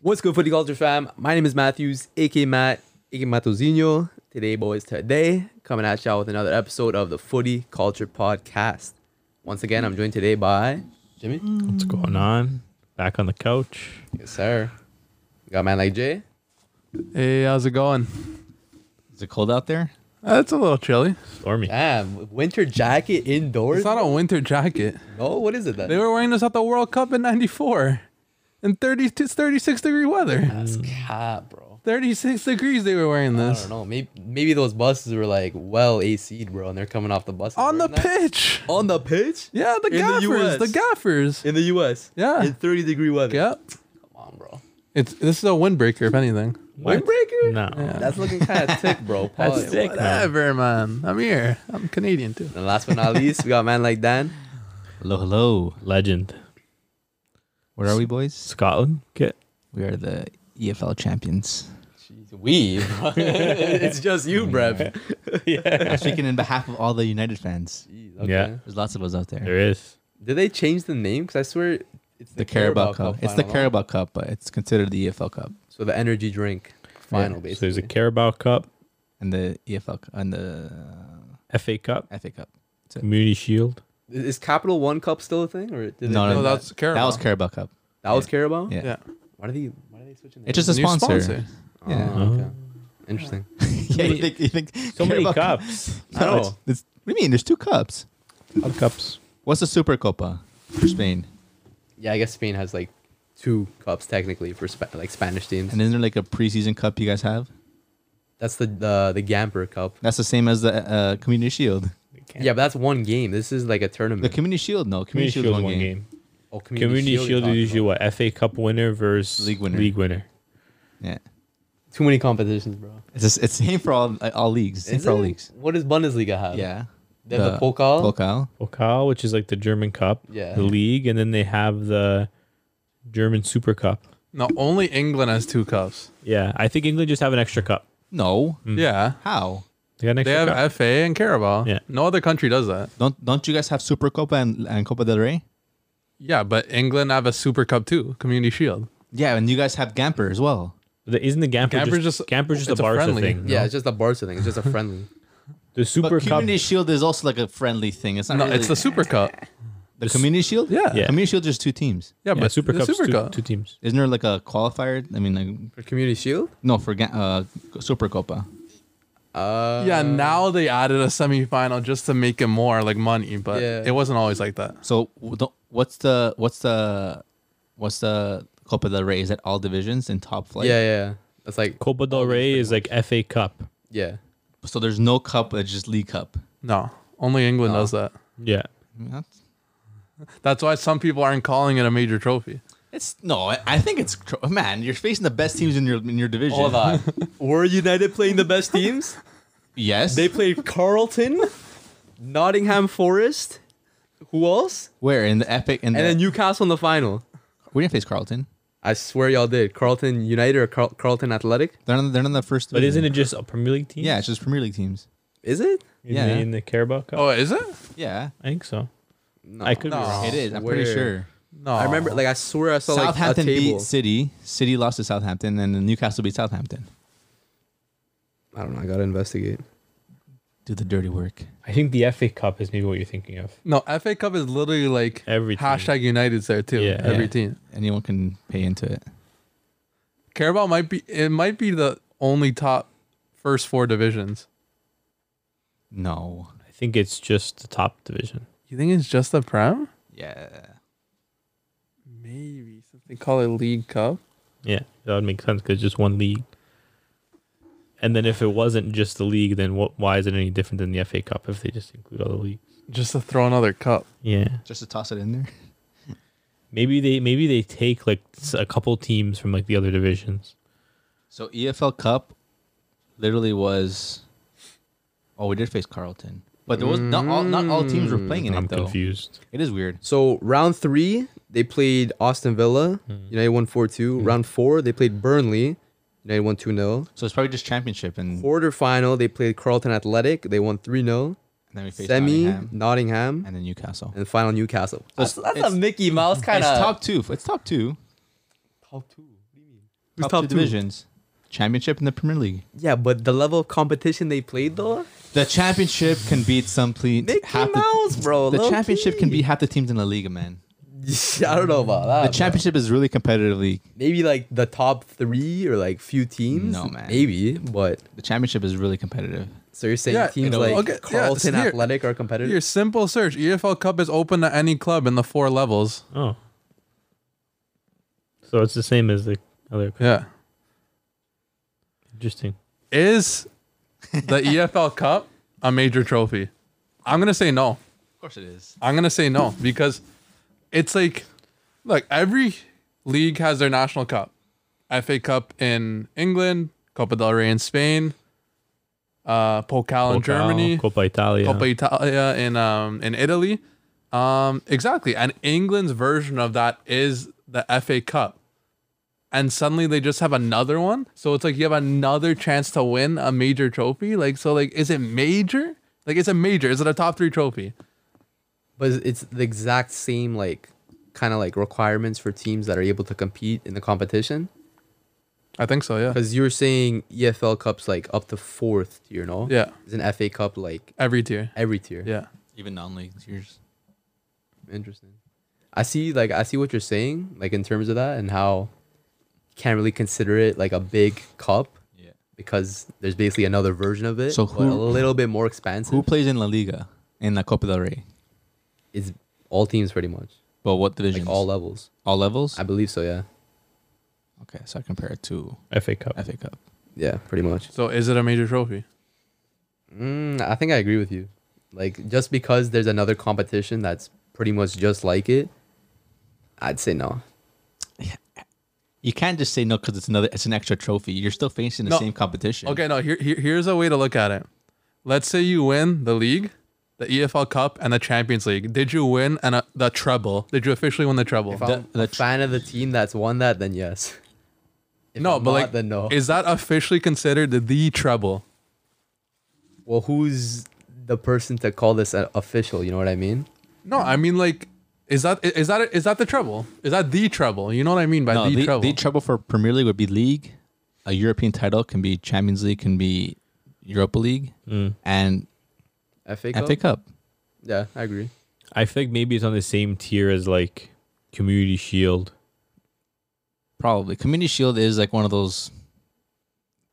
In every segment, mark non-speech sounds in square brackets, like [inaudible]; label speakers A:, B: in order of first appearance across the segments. A: What's good, Footy Culture fam? My name is Matthews, aka Matt, aka Matosino. Today, boys, today, coming at y'all with another episode of the Footy Culture Podcast. Once again, I'm joined today by Jimmy.
B: What's going on? Back on the couch.
A: Yes, sir. We got a man like Jay.
C: Hey, how's it going?
D: Is it cold out there?
C: Uh, it's a little chilly.
B: Stormy.
A: Damn, winter jacket indoors?
C: It's not a winter jacket.
A: no, what is it then?
C: They were wearing this at the World Cup in '94, in 30, it's 36 degree weather.
A: That's cap, bro.
C: 36 degrees they were wearing
A: I don't
C: Mm. this
A: know. Maybe, maybe those buses were like well AC'd, bro, and they're coming off the bus.
C: on the pitch.
A: On the pitch?
C: Yeah, the
A: In the US.
C: gaffers, the, gaffers.
A: In the US.
C: Yeah.
A: In 30 degree weather.
C: Yep.
A: Come on, bro.
C: It's this is a windbreaker, if anything.
B: What?
A: Windbreaker?
B: No.
A: That's looking [laughs] kind of thick, bro.
B: That's
A: Pause.
B: sick, man.
C: Whatever, man. I'm here. I'm Canadian too.
A: And last but not least, we got a man like Dan.
D: Hello, hello.
B: Legend.
D: Where are we, boys?
B: Scotland? Get.
D: We are the EFL champions.
A: we. [laughs] it's just you, Brev.
D: I'm speaking in behalf of all the United fans.
A: Jeez,
B: Yeah.
D: There's lots of us out there.
B: There is.
A: Did they change the name? Because I swear it's
D: The Carabao Cup. It's the
A: final, no?
D: Carabao Cup, but it's considered the EFL Cup
A: So the energy drink final,
B: So
A: basically.
B: there's a Carabao Cup,
D: and the EFL cu- and the
B: FA Cup,
D: uh, FA Cup.
B: Community Shield.
A: Is Capital One Cup still a thing? Or did
D: No,
A: they,
D: no,
C: No,
D: no.
C: that's Carabao.
D: That was Carabao Cup.
A: that was Carabao?
D: Yeah.
C: Yeah.
A: Why do they why are they switching the
D: It's just a
C: New
D: sponsor.
C: sponsor.
A: name?
D: yeah.
A: Oh, okay. [laughs] Interesting.
D: [laughs] yeah, you think, you [laughs] think
B: So many
D: Carabao Cup-
B: cups.
A: I
D: No, it's,
A: know.
D: it's, what do you mean? There's two cups.
B: A lot of cups.
D: What's the Super Copa for Spain?
A: Yeah, I guess Spain has like two cups technically for Spa- like Spanish teams.
D: And isn't there like a preseason cup you guys have?
A: That's the the, the Gamper Cup.
D: That's the same as the uh, Community Shield.
A: Yeah. but that's one game. This is like a tournament.
D: The Community Shield, no. Hmm. Community,
B: Community
D: Shield
B: Shield
D: is
B: one game.
A: oh,
B: Community
A: you're
B: Shield is
A: talking
B: usually
A: about.
B: what? FA Cup winner versus
D: League winner.
B: League winner.
D: Yeah.
A: too many competitions, bro.
D: It's just, it's same for all uh, all leagues. Same
A: Is
D: for all
A: it?
D: leagues.
A: What does Bundesliga have?
D: Yeah.
A: They have the Pokal?
D: Pokal.
B: Pokal, which is like the German Cup,
A: Yeah.
B: the league, and then they have the German Super Cup.
C: No, only England has two cups.
B: Yeah, I think England just have an extra cup.
D: No.
C: Yeah.
D: How?
B: They got an
C: They
B: extra
C: have
B: cup.
C: FA and Carabao.
B: Yeah.
C: No other country does that.
D: Don't don't you guys have Super Copa and, and Copa del Rey?
C: Yeah, but England have a Super Cup too, Community Shield.
D: Yeah, and you guys have Gamper as well.
B: The- Isn't the Gamper,
C: Gamper's
B: just,
C: just-
B: Gamper's just a
C: it's a
B: Barca
C: friendly.
B: thing? no?
A: Yeah, it's just a Barca thing. It's just a friendly.
B: The Super
D: but
B: Cup.
D: Community Shield is also like a friendly thing. It's not.
C: No,
D: really-
C: it's the Super [laughs] Cup.
D: the Community Shield.
C: Yeah.
B: Yeah.
D: Community Shield there's two teams.
C: Yeah,
B: Yeah,
C: but
B: Super
C: the
B: Cup's
C: Super
B: two,
C: Cup.
B: two teams.
D: Isn't there like a qualifier? I mean,
A: [laughs]
D: like
A: For Community Shield?
D: no for Ga- uh, Super Copa.
A: Uh,
C: Yeah, now they added a semifinal just to make it more like money, but
A: Yeah.
C: it wasn't always like that.
D: So w- don't- what's the what's the what's the Copa del Rey? Is that all divisions in top flight?
A: Yeah, yeah. That's like,
B: Copa del Rey is like FA Cup.
A: yeah.
D: So there's no cup. It's just League Cup.
C: No, only England
D: No.
C: does that.
B: Yeah.
D: I mean, that's-
C: That's why some people aren't calling it a major trophy.
D: It's no, I- I think it's cr- man. You're facing the best teams in your in your division.
A: Hold on.
D: [laughs]
A: Were United playing the best teams?
D: Yes.
A: They played Carlton, Nottingham Forest, who else?
D: Where in the epic and,
A: And then
D: then
A: Newcastle in the final.
D: we didn't face Carlton.
A: I swear y'all did. Carlton United or Carl- Carlton Athletic?
D: They're not, they're not in the first.
B: But isn't
D: division.
B: it just a Premier League team?
D: Yeah, it's just Premier League teams.
A: Is it?
B: In,
D: yeah.
B: the, in the Carabao Cup.
C: Oh, is it?
D: Yeah,
B: I think so.
A: No.
B: I could be wrong.
D: it is. I'm pretty
A: Swear.
D: sure.
C: No,
A: I remember, like, I swear I saw like a
D: Southampton
A: table.
D: beat City. City lost to Southampton, and then Newcastle beat Southampton.
A: I don't know. I gotta investigate.
D: Do the dirty work.
B: I think the FA Cup is maybe what you're thinking of.
C: No, FA Cup is literally like
B: Every team.
C: hashtag United's there too.
B: Yeah.
C: every
D: Yeah.
C: team.
D: Anyone can pay into it.
C: Carabao might be it might be the only top first four divisions.
D: No.
B: I think it's just the top division.
C: You think it's just the Prem?
D: Yeah.
C: Maybe since they call it League Cup.
B: Yeah, that would make sense because just one league. And then if it wasn't just the league, then what? Why is it any different than the FA Cup if they just include all the leagues?
C: Just to throw another cup.
B: Yeah,
D: Just to toss it in there.
B: maybe they maybe they take like s- a couple teams from like the other divisions.
D: So EFL Cup literally was. Oh, we did face Carlton, but there was not all not all teams were playing in
B: I'm
D: it though.
B: confused.
D: It is weird.
A: So round three, they played Austin Villa. United won four two. Round four, they played Burnley. United won two 0
D: So it's probably just championship, and, and
A: Quarter final, they played Carlton Athletic. They won three 0
D: then we face
A: Semi,
D: Nottingham,
A: Nottingham, and,
D: and then Newcastle.
A: final Newcastle.
D: That's- it's-
A: Mickey Mouse
D: it's top two. It's top two.
A: top two. What do you mean? Who's
D: top,
A: top
D: two
A: two?
D: divisions, championship and the Premier League.
A: Yeah, but the level of competition they played though,
D: The championship can beat some ple-
A: Mickey
D: half
A: Mouse,
D: the,
A: bro,
D: The
A: low
D: championship can
A: key.
D: beat half the teams in La Liga, man.
A: [laughs] I don't know about that.
D: The
A: bro.
D: championship is really competitive league.
A: maybe like the top three or like few teams.
D: No, man.
A: Maybe, but
D: The championship is really competitive.
A: so you're saying
C: Yeah,
A: teams
C: it'll-
A: like
C: okay, yeah,
A: Carlton
C: it's here.
A: Athletic are competitive.
C: Your simple search EFL Cup is open to any club in the four levels.
B: Oh. So it's the same as the other.
C: Yeah.
B: Interesting.
C: Is the [laughs] EFL Cup a major trophy? I'm gonna say no.
D: Of course it is.
C: I'm gonna say no because it's like, look, every league has their national cup, FA Cup in England, Copa del Rey in Spain, uh,
D: Oh,
C: Pokal in
B: Copa-
C: Germany,
B: Coppa Italia.
C: Coppa Italia in um in Italy. Um exactly. And England's version of that is the FA Cup. And suddenly they just have another one. So it's like you have another chance to win a major trophy. Like so like is it major? Like it's a major. Is it a top 3 trophy?
A: But it's the exact same like kind of like requirements for teams that are able to compete in the competition.
C: I think so, yeah.
A: Because you're saying EFL Cup's like up to fourth tier, no?
C: Yeah.
A: Is an FA Cup like
C: Every tier.
A: every tier?
C: Yeah.
D: Even non-league tiers.
A: Interesting. I see like I see what you're saying, like in terms of that and how can't really consider it like a big cup
D: Yeah.
A: because there's basically another version of it.
D: So
A: but
D: who-
A: a little bit more expansive.
D: Who plays in La Liga in La Copa del Rey?
A: It's all teams pretty much.
D: But what divisions?
A: Like all levels.
D: all levels.
A: I believe so, yeah.
D: okay, so I compare it to
B: FA Cup.
D: FA Cup.
A: Yeah, pretty much.
C: So is it a major trophy?
A: Mm, I think I agree with you. Like just because there's another competition that's pretty much just like it, I'd say no.
D: You can't just say no because it's another. It's an extra trophy. You're still facing the
C: No.
D: same
A: Oh,
D: competition.
C: Okay, no, here, here here's a way to look at it. Let's say you win the league, the EFL Cup and the Champions League. Did you win and uh, the treble? Did you officially win the treble?
A: If I'm
D: the
A: a
D: tr-
A: fan of the team that's won that, then yes. If
C: no,
A: I'm
C: but
A: not,
C: like,
A: then no.
C: is that officially considered the, the treble?
A: well, who's the person to call this a- official? You know what I mean?
C: No, I mean like, is that is that is that the treble? Is that the treble? You know what I mean by
D: No,
C: the,
D: the,
C: treble?
D: the trouble for Premier League would be league, a European title can be Champions League, can be Europa League,
B: Mm.
D: and
A: FA Cup.
D: FA Cup.
A: Yeah, I agree.
B: I feel like maybe it's on the same tier as like Community Shield.
D: Probably Community Shield is like one of those.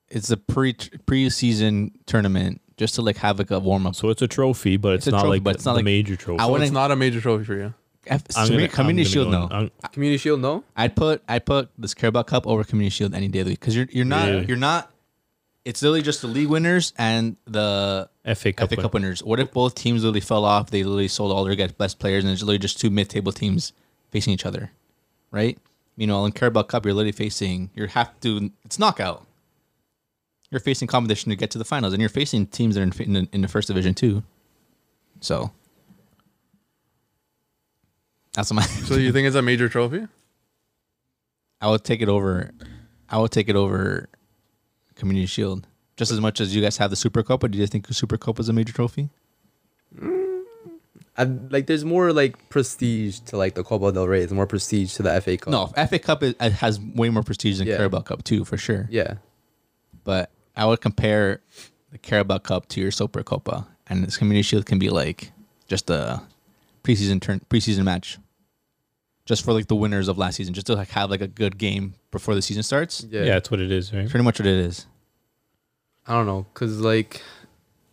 D: It's a pre pre-season tournament just to like have like a warm up.
B: So it's a trophy, but it's,
D: a
B: not
D: trophy,
B: like
D: but
B: the-
D: it's not
B: the
D: like-
B: major trophy.
D: I
C: So
D: wouldn't-
C: it's not a major trophy for you.
D: F-
B: I'm gonna-
D: Community
B: I'm
D: Shield,
B: gonna
D: no.
B: go in- I'm-
A: Uh, Community Shield, no.
D: I'd put I would put this Carabao Cup over Community Shield any day of the week because you're you're not
B: Really?
D: you're not. It's literally just the league winners and the
B: FA Cup.
D: FA
B: win.
D: Cup winners. What if both teams literally fell off? They literally sold all their guys- best players, and it's literally just two mid-table teams facing each other, right? You know, in Carabao Cup, you're literally facing. You have to. It's knockout. You're facing competition to get to the finals, and you're facing teams that are in, in, the, in the first division too. So that's my. [laughs]
C: So you think it's a major trophy?
D: I would take it over. I would take it over Community Shield just as much as you guys have the Super Cup. But do you guys think Super Cup is a major trophy?
A: I, like, there's more like prestige to like the Copa del Rey. There's more prestige to the FA Cup.
D: No, FA Cup is, it has way more prestige than
A: Yeah.
D: Carabao Cup too, for sure.
A: Yeah.
D: But I would compare the Carabao Cup to your Super Copa, and this Community Shield can be like just a preseason turn preseason match, just for like the winners of last season, just to like have like a good game before the season starts.
A: Yeah.
B: Yeah. it's what it is, right?
D: Pretty much what it is.
A: I don't know, cause like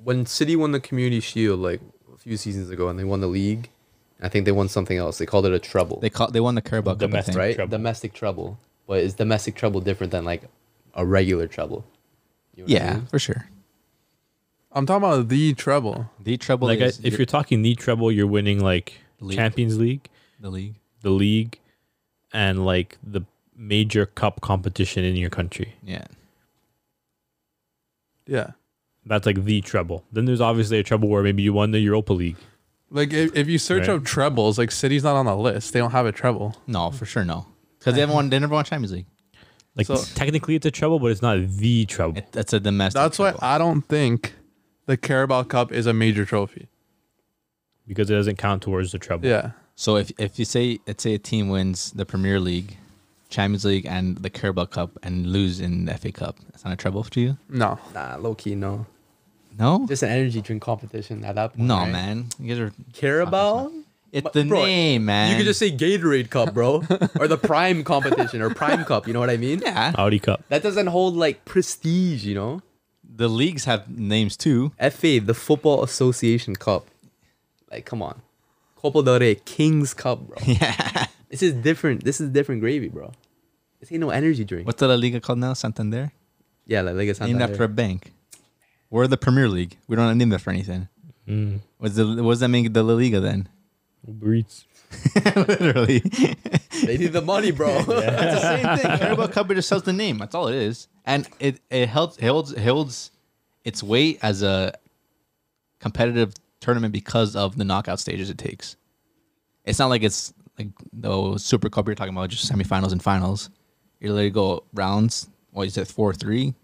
A: when City won the Community Shield like a few seasons ago, and they won the league. I think they won something else. They called it a treble,
D: They call they won the Carabao Cup, I
B: Domestic,
D: think.
A: right?
B: Treble.
A: Domestic treble, but is domestic treble different than like a regular treble? You know what I
D: Yeah,
A: mean?
D: for sure.
C: I'm talking about the treble.
D: The treble,
B: Like I,
D: is
B: if you're talking the treble, you're winning like
D: League.
B: Champions League,
D: the league,
B: the league, and like the major cup competition in your country.
D: yeah,
C: Yeah.
B: That's like the treble. Then there's obviously a treble where maybe you won the Europa League.
C: Like if, if you search
B: Right.
C: up trebles, like City's not on the list. They don't have a treble.
D: no, for sure, no, because they haven't won. They never won Champions League.
B: Like
C: So-
B: technically it's a treble, but it's not the treble.
D: It, that's a domestic.
C: That's why
D: treble.
C: I don't think the Carabao Cup is a major trophy.
B: because it doesn't count towards the treble.
C: Yeah.
D: So if if you say let's say a team wins the Premier League, Champions League and the Carabao Cup and lose in the FA Cup. That's not a treble to you?
C: No.
A: Nah, low key, no.
D: No,
A: Just an energy drink competition at that point.
D: no,
A: right?
D: man. You guys are
A: Carabao?
D: It's
A: But,
D: the
A: bro,
D: name, man.
A: You could just say Gatorade Cup,
D: [laughs]
A: bro, or the Prime competition or Prime Cup. You know what I mean?
D: yeah.
B: Audi Cup.
A: That doesn't hold like prestige, you know.
D: The leagues have names too.
A: FA, the Football Association Cup. Like, come on, Copa del Rey, Kings Cup, bro.
D: Yeah.
A: This is different. This is different gravy, bro. This ain't no energy drink.
D: What's the La Liga called now? Santander.
A: Yeah, like, like it's not
D: named
A: that
D: after a
A: there.
D: bank. We're the Premier League. We don't name that for anything.
B: Mm.
D: What's the what does that make the La Liga then? [laughs]
B: Uber Eats.
D: Literally.
A: They need the money, bro.
D: That's the same thing. Carabao Cup it just sells the name. That's all it is, and it it helps it holds it holds its weight as a competitive tournament because of the knockout stages it takes. It's not like it's like the Super Cup you're talking about, just semifinals and finals. You literally go rounds. What is it? Four, three,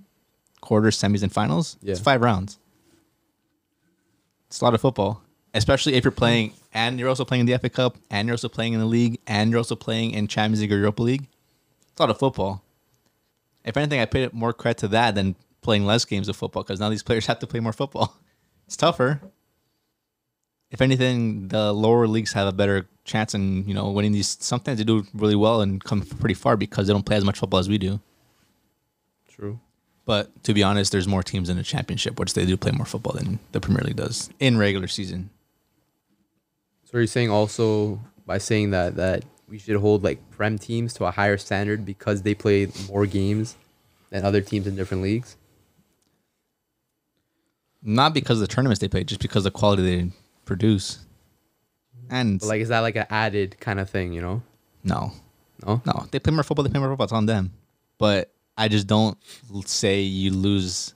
D: quarters, semis, and finals. It's
A: Yeah.
D: five rounds. It's a lot of football, especially if you're playing and you're also playing in the FA Cup and you're also playing in the league and you're also playing in Champions League or Europa League. It's a lot of football. If anything, I paid more credit to that than playing less games of football because now these [laughs] players have to play more football. It's tougher. If anything, the lower leagues have a better chance in you know winning these. Sometimes they do really well and come pretty far because they don't play as much football as we do.
A: True.
D: But to be honest, there's more teams in the championship, which they do play more football than the Premier League does in regular season.
A: So you're saying also by saying that that we should hold like prem teams to a higher standard because they play more games than other teams in different leagues.
D: Not because of the tournaments they play, just because of the quality they produce. And
A: But like, is that like an added kind of thing? You know?
D: no,
A: No.
D: no, they play more football. They play more football. It's on them. But I just don't l- say you lose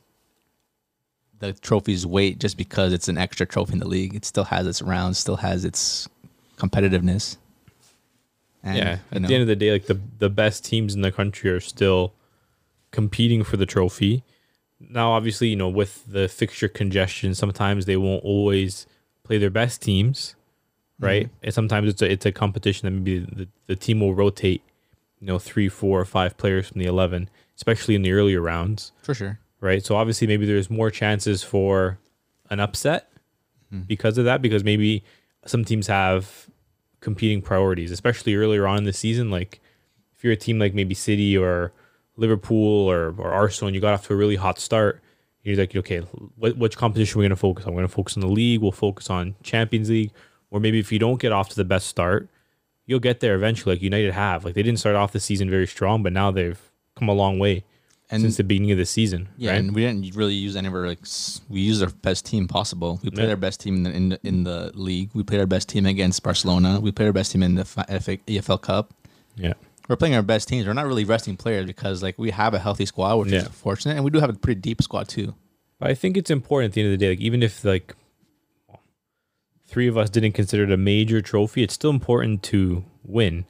D: the trophy's weight just because it's an extra trophy in the league. It still has its rounds, still has its competitiveness. And,
B: yeah.
D: you
B: At
D: know,
B: the end of the day, like the the best teams in the country are still competing for the trophy. Now, obviously, you know, with the fixture congestion, sometimes they won't always play their best teams,
D: Mm-hmm.
B: right? And sometimes it's a it's a competition that maybe the, the team will rotate, you know, three, four, or five players from the eleven, especially in the earlier rounds.
D: for sure.
B: right? So obviously, maybe there's more chances for an upset because of that, because maybe some teams have competing priorities, especially earlier on in the season. Like if you're a team like maybe City or Liverpool or, or Arsenal, and you got off to a really hot start, you're like, okay, what, which competition are we going to focus on? We're going to focus on the league. We'll focus on Champions League, or maybe if you don't get off to the best start. You'll get there eventually, like United have. Like they didn't start off the season very strong, but now they've come a long way
D: And-
B: since the beginning of the season.
D: Yeah,
B: right?
D: and we didn't really use any of our like s- we used our best team possible. We played
B: Yeah.
D: our best team in the, in the in the league. We played our best team against Barcelona. We played our best team in the fi- FA EFL E Cup.
B: Yeah.
D: We're playing our best teams. We're not really resting players because like we have a healthy squad, which is
B: Yeah.
D: fortunate, and we do have a pretty deep squad too.
B: But I think it's important at the end of the day, like even if like three of us didn't consider it a major trophy, it's still important to win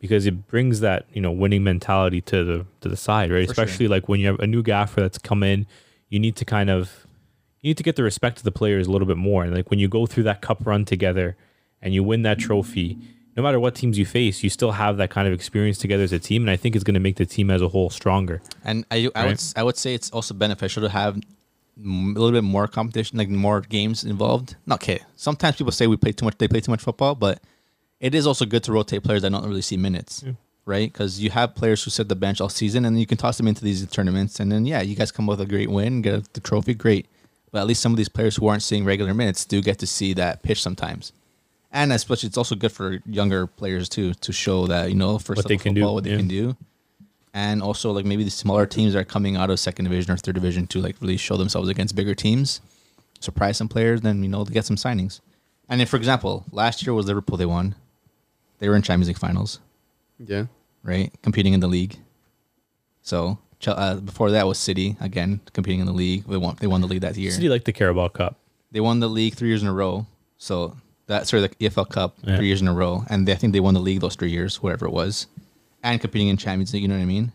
B: because it brings that, you know, winning mentality to the to the side, right?
D: sure.
B: Especially like when you have a new gaffer that's come in, you need to kind of you need to get the respect of the players a little bit more. And like when you go through that cup run together and you win that trophy, no matter what teams you face, you still have that kind of experience together as a team. And I think it's gonna make the team as a whole stronger.
D: And I, I would
B: Right.
D: s- I would say it's also beneficial to have m- a little bit more competition, like more games involved. Not Okay, sometimes people say we play too much. They play too much football, but it is also good to rotate players that don't really see minutes, right? Because you have players who sit the bench all season, and you can toss them into these tournaments, and then yeah, you guys come with a great win, get a, the trophy, great. But at least some of these players who aren't seeing regular minutes do get to see that pitch sometimes. And especially, it's also good for younger players too to show that you know first
B: What they
D: level
B: can do,
D: football, what they
B: yeah.
D: can do and also like maybe the smaller teams that are coming out of second division or third division to like really show themselves against bigger teams, surprise some players, then you know they get some signings. And if, for example, last year was Liverpool, they won. They were in Champions League finals,
A: Yeah.
D: right? Competing in the league. So Ch- uh, before that was City again competing in the league. They won. They won the league that year.
B: City like the Carabao Cup.
D: They won the league three years in a row. So that's sort of the EFL Cup
B: Yeah.
D: three years in a row, and they, I think they won the league those three years, whatever it was, and competing in Champions League. You know what I mean?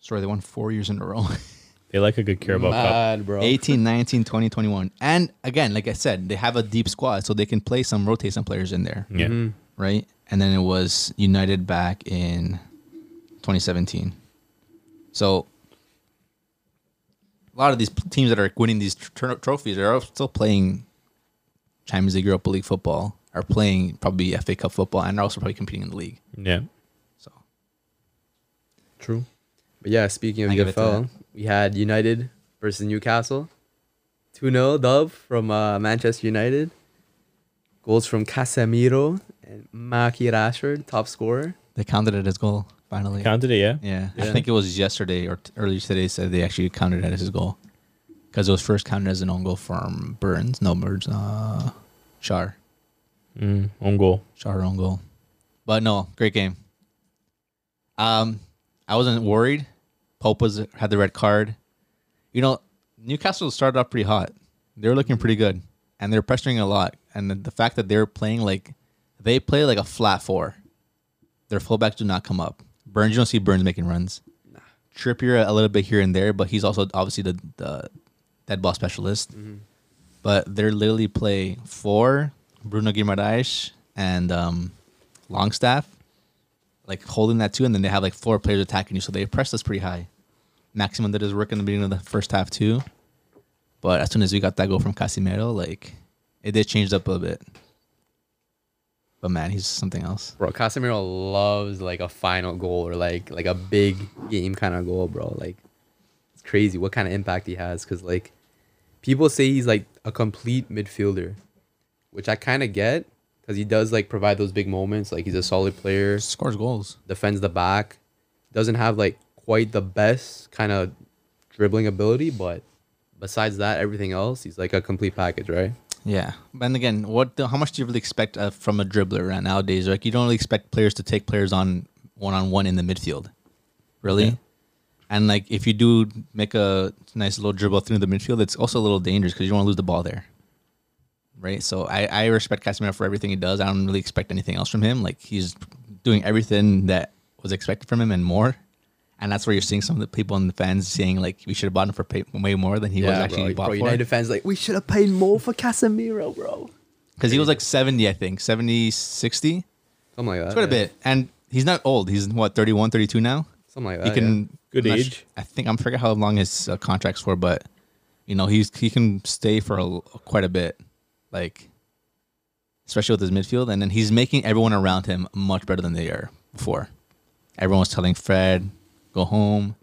D: Sorry, they won four years in a row.
B: They like a good Carabao Cup.
A: Mad,
D: [laughs]
A: bro.
D: 18, 19, 20, 21. And again, like I said, they have a deep squad, so they can Mm-hmm. play some, rotate some players in there,
B: Yeah.
D: right? And then it was United back in 2017. So a lot of these p- teams that are winning these tr- tro- trophies are still playing Champions League, Europa League football, are playing probably FA Cup football, and are also probably competing in the league.
B: Yeah.
D: So
A: True. But yeah, speaking of
D: I give it to
A: UFL, we had United versus Newcastle. 2 0 dub from uh, Manchester United. Goals from Casemiro and Maki Rashford, top scorer.
D: they counted it as goal finally.
B: Counted it, yeah.
D: yeah.
A: Yeah.
D: I think it was yesterday or t- earlier today said they actually counted it as his goal because it was first counted as an own goal from Burns. No, Burns, uh, Char.
B: Mm, own goal.
D: Shot her own goal. But no, great game. Um, I wasn't worried. Pope was had the red card. You know, Newcastle started off pretty hot. They were looking pretty good, and they were pressuring a lot. And the, the fact that they were playing like they play like a flat four. Their fullbacks do not come up. Burns, you don't see Burns making runs. Trippier a little bit here and there, but he's also obviously the, the dead ball specialist but they're literally play four Bruno Guimaraes and um, Longstaff, like holding that two, and then they have like four players attacking you, so they press us pretty high. Maximum did his work in the beginning of the first half too, but as soon as we got that goal from Casimiro, like it did change up a little bit. But man, he's something else.
A: Bro, Casemiro loves like a final goal or like like a big game kind of goal, bro. Like it's crazy what kind of impact he has cuz like people say he's like a complete midfielder, which I kind of get cuz he does like provide those big moments, like he's a solid player.
D: Scores goals.
A: defends the back. Doesn't have like quite the best kind of dribbling ability, but besides that, everything else, he's like a complete package, right?
D: Yeah, and again, what the, how much do you really expect uh, from a dribbler right nowadays? Like you don't really expect players to take players on one on one in the midfield, really. And like if you do make a nice little dribble through the midfield, it's also a little dangerous because you don't want to lose the ball there, right? So I, I respect Casemiro for everything he does. I don't really expect anything else from him. Like he's doing everything that was expected from him and more. And that's where you're seeing some of the people and the fans saying like we should have bought him for pay- way more than he was
A: bro,
D: actually bought
A: bro,
D: for
A: United fans like we should have paid more for Casemiro, bro.
D: because he was like 70 i think 70 60 it's
A: Something like that.
D: quite a
A: yeah.
D: bit and he's not old he's what 31 32 now
A: Something like that.
D: he can
A: yeah.
B: Good
D: I'm not
B: age.
D: su- i think i'm forget how long his uh, contract's for but you know he's he can stay for a, l- quite a bit like especially with his midfield and then he's making everyone around him much better than they are before everyone was telling fred go home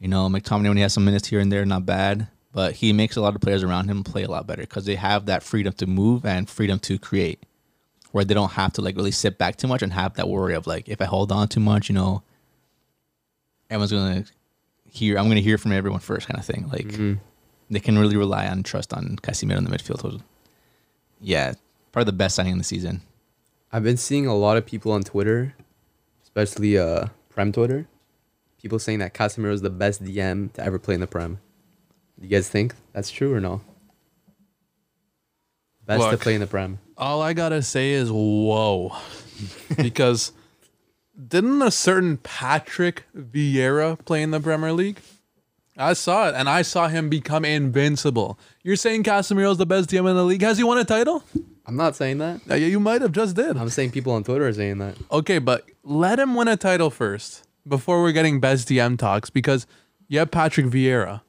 D: you know mctominay when he has some minutes here and there not bad but he makes a lot of players around him play a lot better because they have that freedom to move and freedom to create where they don't have to like really sit back too much and have that worry of like if I hold on too much, you know, everyone's gonna hear I'm gonna hear from everyone first kind of thing. Like they can really rely on trust on Casimiro in the midfield. So, Yeah, probably the best signing in the season.
A: I've been seeing a lot of people on Twitter, especially uh Prem Twitter, people saying that Casemiro is the best DM to ever play in the Prem. Do you guys think that's true or no? Best to
C: Look.
A: play in the Prem.
C: All I gotta say is whoa, [laughs] because didn't a certain Patrick Vieira play in the Premier League? I saw it, and I saw him become invincible. You're saying Casemiro's the best DM in the league? Has he won a title?
A: I'm not saying that.
C: Uh, yeah, you might have just did.
A: I'm saying people on Twitter are saying that.
C: Okay, but let him win a title first before we're getting best DM talks because you have Patrick Vieira.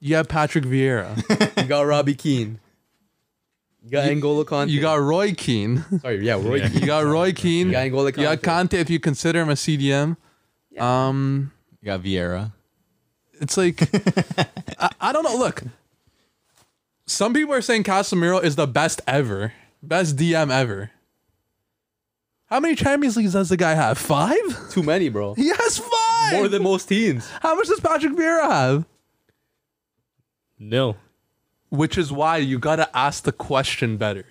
C: You have Patrick Vieira.
A: You got Robbie Keane. You got Angola Conte.
C: you got Roy Keane.
A: sorry, yeah, Roy Keane.
C: You got Roy Keane.
A: You got N'Golo
C: You got
A: Kanté.
C: Conte if you consider him a CDM. Um,
D: You got Vieira.
C: it's like
A: [laughs]
C: I, I don't know. Look, some people are saying Casemiro is the best ever, best DM ever. How many Champions Leagues does the guy have? Five? [laughs]
A: Too many, bro.
C: He has five.
A: More than most teams.
C: How much does Patrick Vieira have?
B: No.
C: which is why you gotta ask the question better,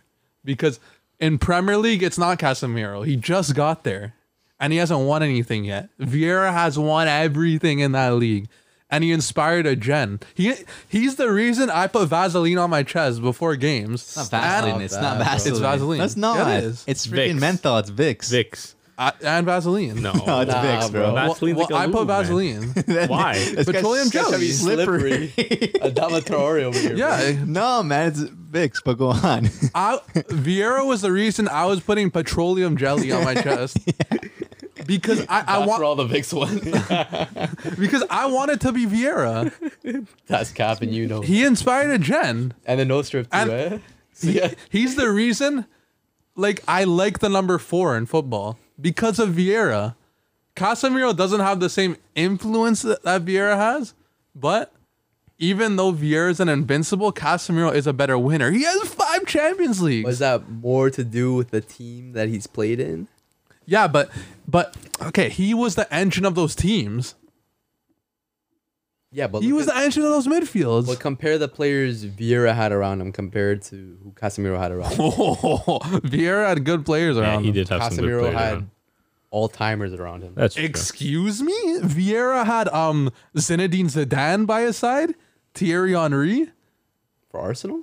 C: because in Premier League it's not Casemiro. He just got there, and he hasn't won anything yet. Vieira has won everything in that league, and he inspired a gen. He he's the reason I put Vaseline on my chest before games.
D: It's not Vaseline.
A: Stop
D: It's
A: that,
D: not
A: bro.
D: Vaseline.
C: It's Vaseline.
D: That's not.
C: Yeah, it is.
D: It's freaking
B: Vicks.
D: menthol. It's Vicks.
B: Vicks.
C: I- and Vaseline. [laughs]
B: No.
D: [laughs] No, it's
A: Nah,
D: Vicks,
A: bro.
D: bro.
C: Well-
B: Vaseline's
C: well,
B: like a
C: I
B: lube,
C: put
B: man. [laughs]
C: Vaseline.
B: Why?
D: This guy's-
C: Petroleum
D: this guy's
C: jelly.
D: Slippery.
A: Adama Traore over here.
C: yeah,
D: no, man, it's Vicks. But go on. [laughs]
B: [laughs]
C: I Vieira was the reason I was putting petroleum jelly on my chest. because I, I
E: That's
C: want
E: where all the VIX
A: [laughs]
E: went.
C: because I want it to be Vieira.
E: That's cap and you know.
C: He inspired a gen.
E: And the no strip too,
C: And- [laughs]
E: eh? Yeah.
C: He's the reason, like, I like the number four in football because of Vieira. Casemiro doesn't have the same influence that, that Vieira has, but even though Vieira is an invincible, Casemiro is a better winner. He has five Champions
A: [laughs]
C: Leagues.
A: Was that more to do with the team that he's played in?
C: Yeah, but but okay, he was the engine of those teams.
A: Yeah, but
C: He
A: look
C: was
A: at-
C: the engine of those midfields.
A: But compare the players Vieira had around him compared to who Casemiro had around. him.
C: Oh, [laughs] Vieira had good players
B: Yeah,
C: around.
B: he
C: him.
B: did have some good
A: Casemiro
B: players.
A: had
B: around.
A: all timers around him.
B: That's true.
C: Excuse me? Vieira had um Zinedine Zidane by his side, Thierry Henry,
A: For Arsenal,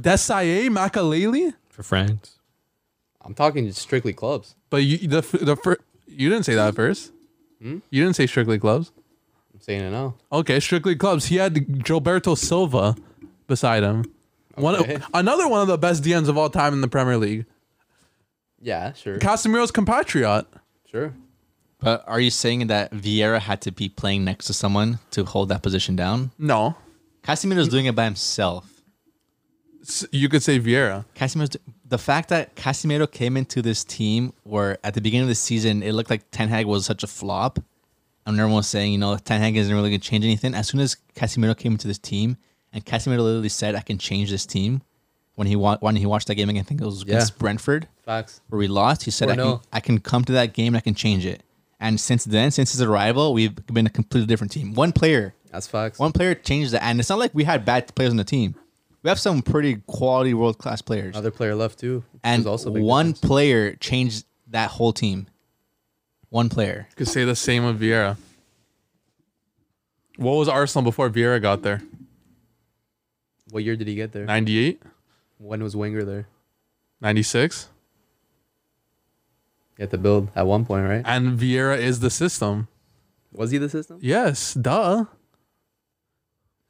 C: Desai Makaleli.
B: for [laughs] France.
A: I'm talking just strictly clubs.
C: But you the f- the fir- you didn't say that first. You didn't say strictly clubs.
A: I'm saying it now.
C: Okay, strictly clubs. He had Gilberto Silva beside him. One
A: Okay.
C: of, another one of the best DMs of all time in the Premier League.
A: Yeah, sure,
C: Casemiro's compatriot.
A: sure.
D: But are you saying that Vieira had to be playing next to someone to hold that position down? Mm.
C: No,
D: Casemiro's doing it by himself.
C: S- you could say Vieira.
D: Casemiro's the fact that Casemiro came into this team where at the beginning of the season it looked like Ten Hag was such a flop, and everyone was saying, you know, Ten Hag isn't really gonna change anything. As soon as Casemiro came into this team, and Casemiro literally said, "I can change this team," when he wa- when he watched that game again, I think it was against
A: Yeah.
D: Brentford
A: Facts.
D: where we lost. He said,
A: Or
D: I,
A: no.
D: can, "I can come to that game and I can change it." And since then, since his arrival, we've been a completely different team. One player
A: That's facts.
D: one player changes that, and it's not like we had bad players on the team. We have some pretty quality world class players,
A: Another player left too. which
D: and
A: is also a big
D: one
A: difference.
D: player changed that whole team. One player.
C: Could say the same of Vieira. What was Arsenal before Vieira got there?
A: What year did he get there?
C: 98,
A: When was Wenger there?
C: 96?
A: He had to build at one point, right?
C: And Vieira is the system.
A: Was he the system?
C: Yes, duh.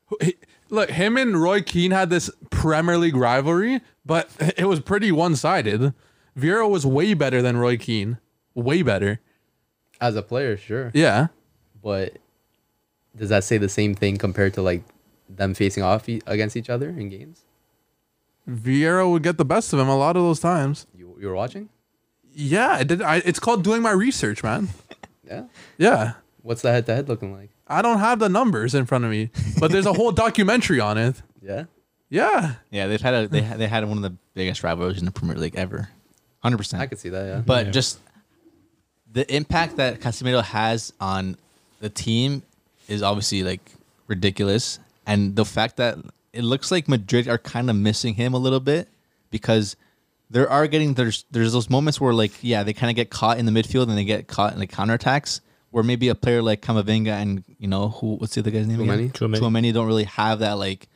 C: Who- he- Look, him and Roy Keane had this Premier League rivalry, but it was pretty one sided. Vieira was way better than Roy Keane. Way better.
A: As a player, sure.
C: Yeah.
A: But does that say the same thing compared to like them facing off e- against each other in games?
C: Vieira would get the best of him a lot of those times.
A: You you were watching?
C: Yeah, I did, I, it's called doing my research, man.
A: Yeah.
C: Yeah.
A: What's the head to head looking like?
C: I don't have the numbers in front of me, but there's a whole documentary on it.
A: Yeah.
C: Yeah.
D: Yeah, they've had a, they had- they had one of the biggest rivalries in the Premier League ever, hundred
A: I
D: percent.
A: could see that. Yeah.
D: But just the impact that Casemiro has on the team is obviously like ridiculous, and the fact that it looks like Madrid are kind of missing him a little bit because there are getting there's there's those moments where like yeah they kind of get caught in the midfield and they get caught in the counterattacks where maybe a player like Kamavinga and you know who what's the other guy's name again?
B: Tchouameni.
D: Tchouameni don't really have that like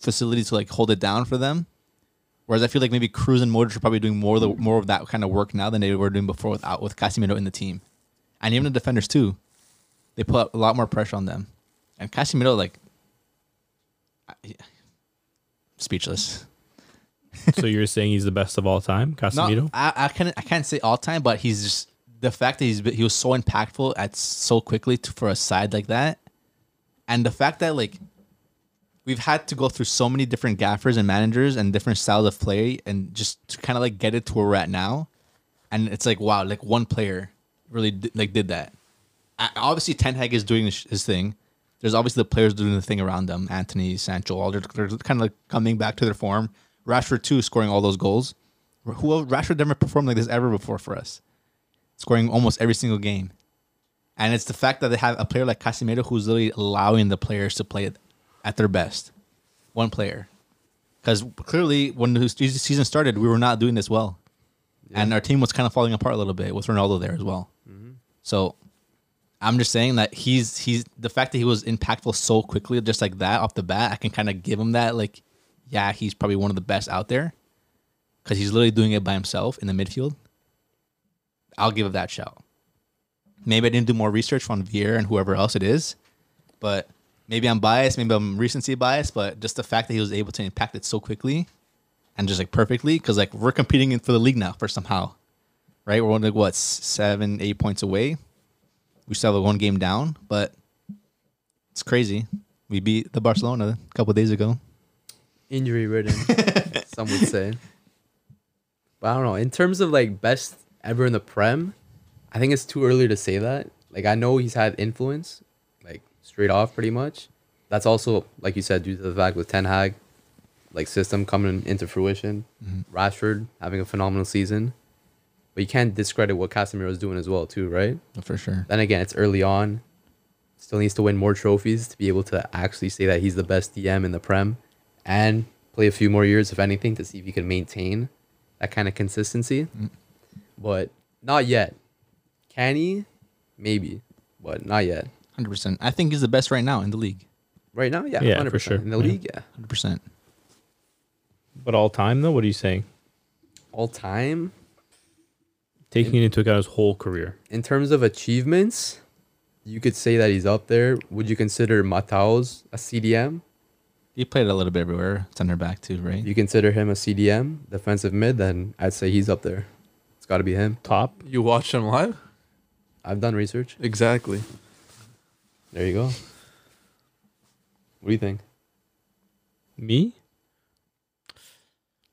D: facility to like hold it down for them. Whereas I feel like maybe Cruz and Modric are probably doing more of the, more of that kind of work now than they were doing before without with Casemiro in the team, and even the defenders too. They put a lot more pressure on them, and Casemiro like I- speechless.
B: so you're saying he's the best of all time, Casemiro?
D: No, I, I can't I can't say all time, but he's just the fact that he's been- he was so impactful at so quickly to, for a side like that, and the fact that like we've had to go through so many different gaffers and managers and different styles of play, and just to kind of like get it to where we're at now, and it's like wow, like one player really did, like did that. I, obviously, Ten Hag is doing his, his thing. There's obviously the players doing the thing around them. Anthony, Sancho, all they're, they're kind of like coming back to their form. Rashford too, scoring all those goals. Who else, Rashford never performed like this ever before for us, scoring almost every single game. And it's the fact that they have a player like Casemiro who's literally allowing the players to play at their best. One player, because clearly when the se- season started, we were not doing this well, and our team was kind of falling apart a little bit with Ronaldo there as well. So I'm just saying that he's he's the fact that he was impactful so quickly, just like that off the bat. I can kind of give him that, like, yeah, he's probably one of the best out there because he's literally doing it by himself in the midfield. I'll give it that shout. Maybe I didn't do more research on Vieira and whoever else it is, but maybe I'm biased, maybe I'm recency biased, but just the fact that he was able to impact it so quickly and just like perfectly, because like we're competing in- for the league now for somehow. right? We're only what s- seven, eight points away. We still have one game down, but it's crazy. We beat the Barcelona a couple days ago.
A: injury ridden, some would say. But I don't know. In terms of like best ever in the Prem, I think it's too early to say that. Like I know he's had influence, like straight off pretty much. That's also like you said due to the fact with Ten Hag, like system coming into fruition, Rashford having a phenomenal season. But you can't discredit what Casemiro is doing as well too, right?
D: For sure.
A: Then again, it's early on. Still needs to win more trophies to be able to actually say that he's the best DM in the Prem and play a few more years, if anything, to see if he can maintain that kind of consistency. But not yet. Can he? Maybe. But not yet.
D: 100%. I think he's the best right now in the league.
A: Right now, yeah,
B: Yeah,
A: 100%.
B: for sure.
A: In the
B: Yeah.
A: league, yeah.
D: 100%.
B: But all time though, what are you saying?
A: All time,
B: Taking into account his whole career.
A: in terms of achievements, you could say that he's up there. Would you consider Matao's a CDM?
D: He played a little bit everywhere, center back too, right?
A: you consider him a CDM, defensive mid, then I'd say he's up there. It's got to be him.
B: Top.
C: You watched him live?
A: I've done research.
C: Exactly.
A: There you go. What do you think?
B: Me?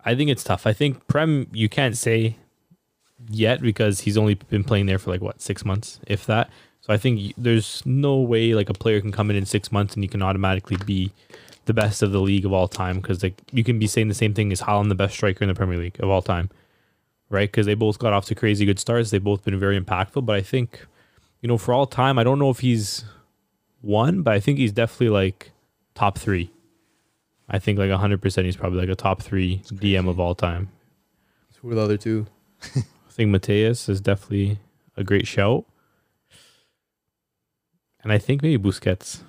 B: I think it's tough. I think Prem you can't say yet because he's only been playing there for like what, 6 months, if that. So I think y- there's no way like a player can come in in 6 months and you can automatically be the best of the league of all time cuz like you can be saying the same thing as Holland the best striker in the Premier League of all time. Right? Cuz they both got off to crazy good starts. They've both been very impactful, but I think you know for all time, I don't know if he's one, but I think he's definitely like top 3. I think like 100% he's probably like a top three DM of all time.
A: Who are the other two?
B: I think Mateus is definitely a great shout. And I think maybe Busquets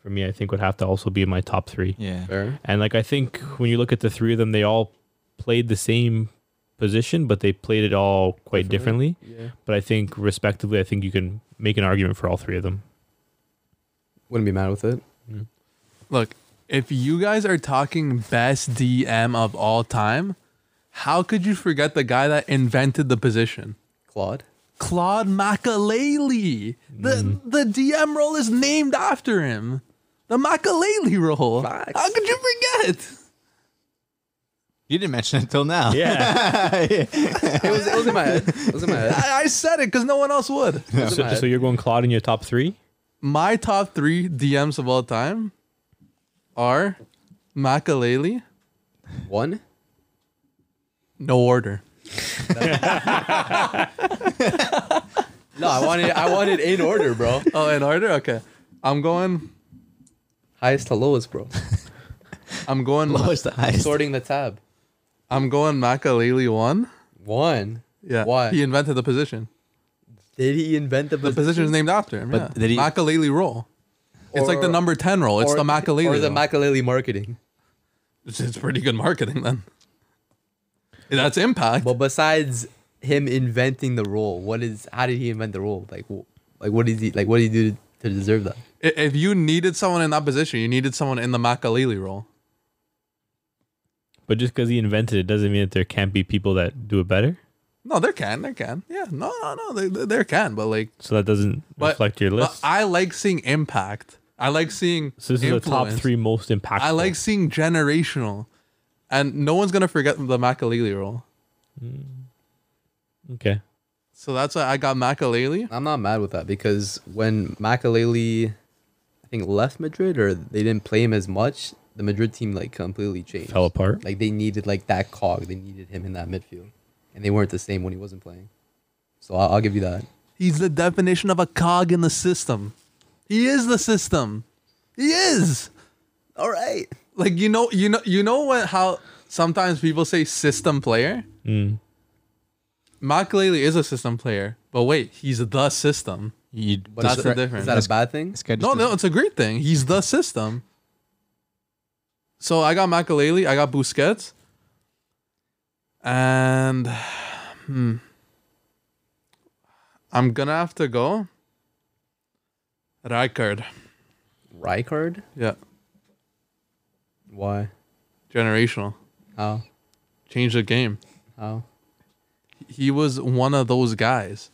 B: for me, I think would have to also be in my top three.
D: Yeah.
A: Fair.
B: And like I think when you look at the three of them, they all played the same position, but they played it all quite differently.
A: Yeah.
B: But I think respectively, I think you can make an argument for all three of them.
A: Wouldn't be mad with it.
C: Look, if you guys are talking best DM of all time, how could you forget the guy that invented the position?
A: Claude.
C: Claude Makaleli. The the DM role is named after him. The Makaleli role.
A: Facts.
C: How could you forget?
D: You didn't mention it until now. [laughs]
B: Yeah.
A: [laughs] It was, it was in my head. It was in my head.
C: I, I said it because no one else would.
A: It was in my
B: [laughs] so,
A: head.
B: so you're going Claude in your top three?
C: My top three DMs of all time are Makaleli.
A: One.
C: No order.
A: No, I wanted I wanted in order, bro.
C: Oh, in order? Okay. I'm going
A: Highest to lowest, bro.
C: I'm going
D: Lowest to highest.
A: Sorting the tab.
C: I'm going Makaleli one.
A: One.
C: Yeah.
A: Why?
C: He invented the position.
A: Did he invent the,
C: The position is named after him.
D: But
C: yeah.
D: did he-
C: Makaleli role. it's like the
A: Or-
C: number 10 role. It's the Makaleli.
A: Or the
C: role.
A: Makaleli marketing.
C: It's, it's pretty good marketing then. That's impact.
A: But besides him inventing the role, what is how did he invent the role? Like, wh- like what is he like? What did he do to, to deserve that?
C: I- if you needed someone in that position, you needed someone in the Makaleli role.
B: But just because he invented it doesn't mean that there can't be people that do it better.
C: No, there can, there can. Yeah, no, no, no, they- they- there can, but like,
B: So that doesn't
C: but
B: reflect your
C: but
B: list.
C: I like seeing impact. I like seeing.
B: so this is the top
C: influence.
B: three most impactful.
C: I like seeing generational, and no one's gonna forget the Makaleli role.
B: Okay.
C: So that's why I got Makaleli.
A: I'm not mad with that because when Makaleli, I think left Madrid or they didn't play him as much, the Madrid team like completely changed.
B: Fell apart.
A: Like they needed like that cog. They needed him in that midfield, and they weren't the same when he wasn't playing. So I'll, I'll give you that.
C: He's the definition of a cog in the system. He is the system. He is.
A: All right.
C: like you know you know you know what how sometimes people say system player
B: Mm.
C: Makaleli is a system player but wait he's the system
D: You,
A: But
C: That's
A: is
C: the
A: that-
C: difference.
A: Is that a bad thing?
D: This guy
C: no
D: just
C: no it's a great thing he's the system so I got Makaleli I got Busquets and hmm, I'm gonna have to go Rijkaard
A: Rijkaard?
C: yeah
A: Why?
C: generational
A: How?
C: change the game
A: How?
C: he was one of those guys.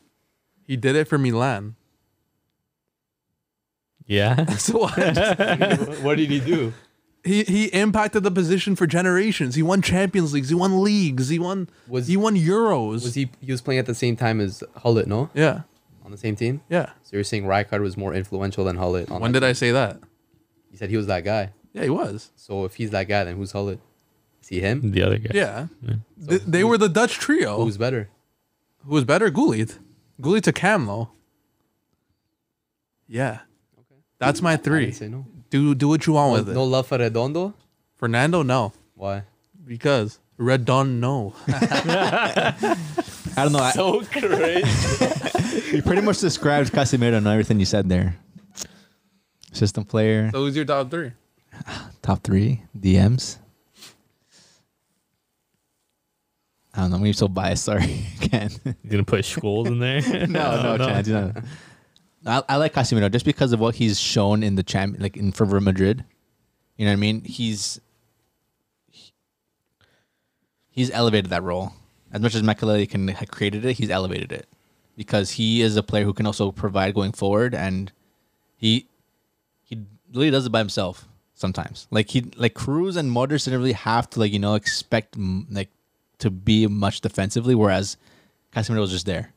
C: He did it for Milan. [laughs]
B: Yeah.
C: So I-
E: what did he do?
C: he he impacted the position for generations. He won Champions Leagues. He won leagues. He won
A: Was-
C: he won Euros.
A: Was he? He was playing at the same time as Hullet, no?
C: yeah,
A: On the same team.
C: yeah.
A: So you're saying Rijkaard was more influential than Hullet? On
C: When
A: that
C: did I
A: team?
C: say that?
A: You said he was that guy.
C: Yeah, he was.
A: So if he's that guy, then who's Hullet? Is he him?
B: The other guy.
C: Yeah, Th- they were the Dutch trio.
A: Who's better?
C: Who was better? Gullit. Gullit to Camlo. Yeah. That's my
A: I
C: three.
A: say no.
C: Do do what you want with it.
A: No love for Redondo.
C: Fernando, no.
A: Why?
C: Because Redon, no.
D: I don't know. I-
E: So
A: [laughs]
E: crazy.
D: you pretty much described Casemiro and everything you said there. System player,
C: [laughs] so who's your top three?
D: top three, DMs. I don't know. Maybe I'm so biased. Sorry, [laughs] Ken.
B: You gonna put Scholes in there? [laughs]
D: [laughs] no, no, chance. No. I, I like Casemiro just because of what he's shown in the champ, like in for Real Madrid. You know what I mean? He's he's elevated that role as much as Makelele can have created it. He's elevated it because he is a player who can also provide going forward, and he he really does it by himself sometimes. Like he like Cruz and Modric didn't really have to like you know expect mm, like to be much defensively, whereas Casemiro was just there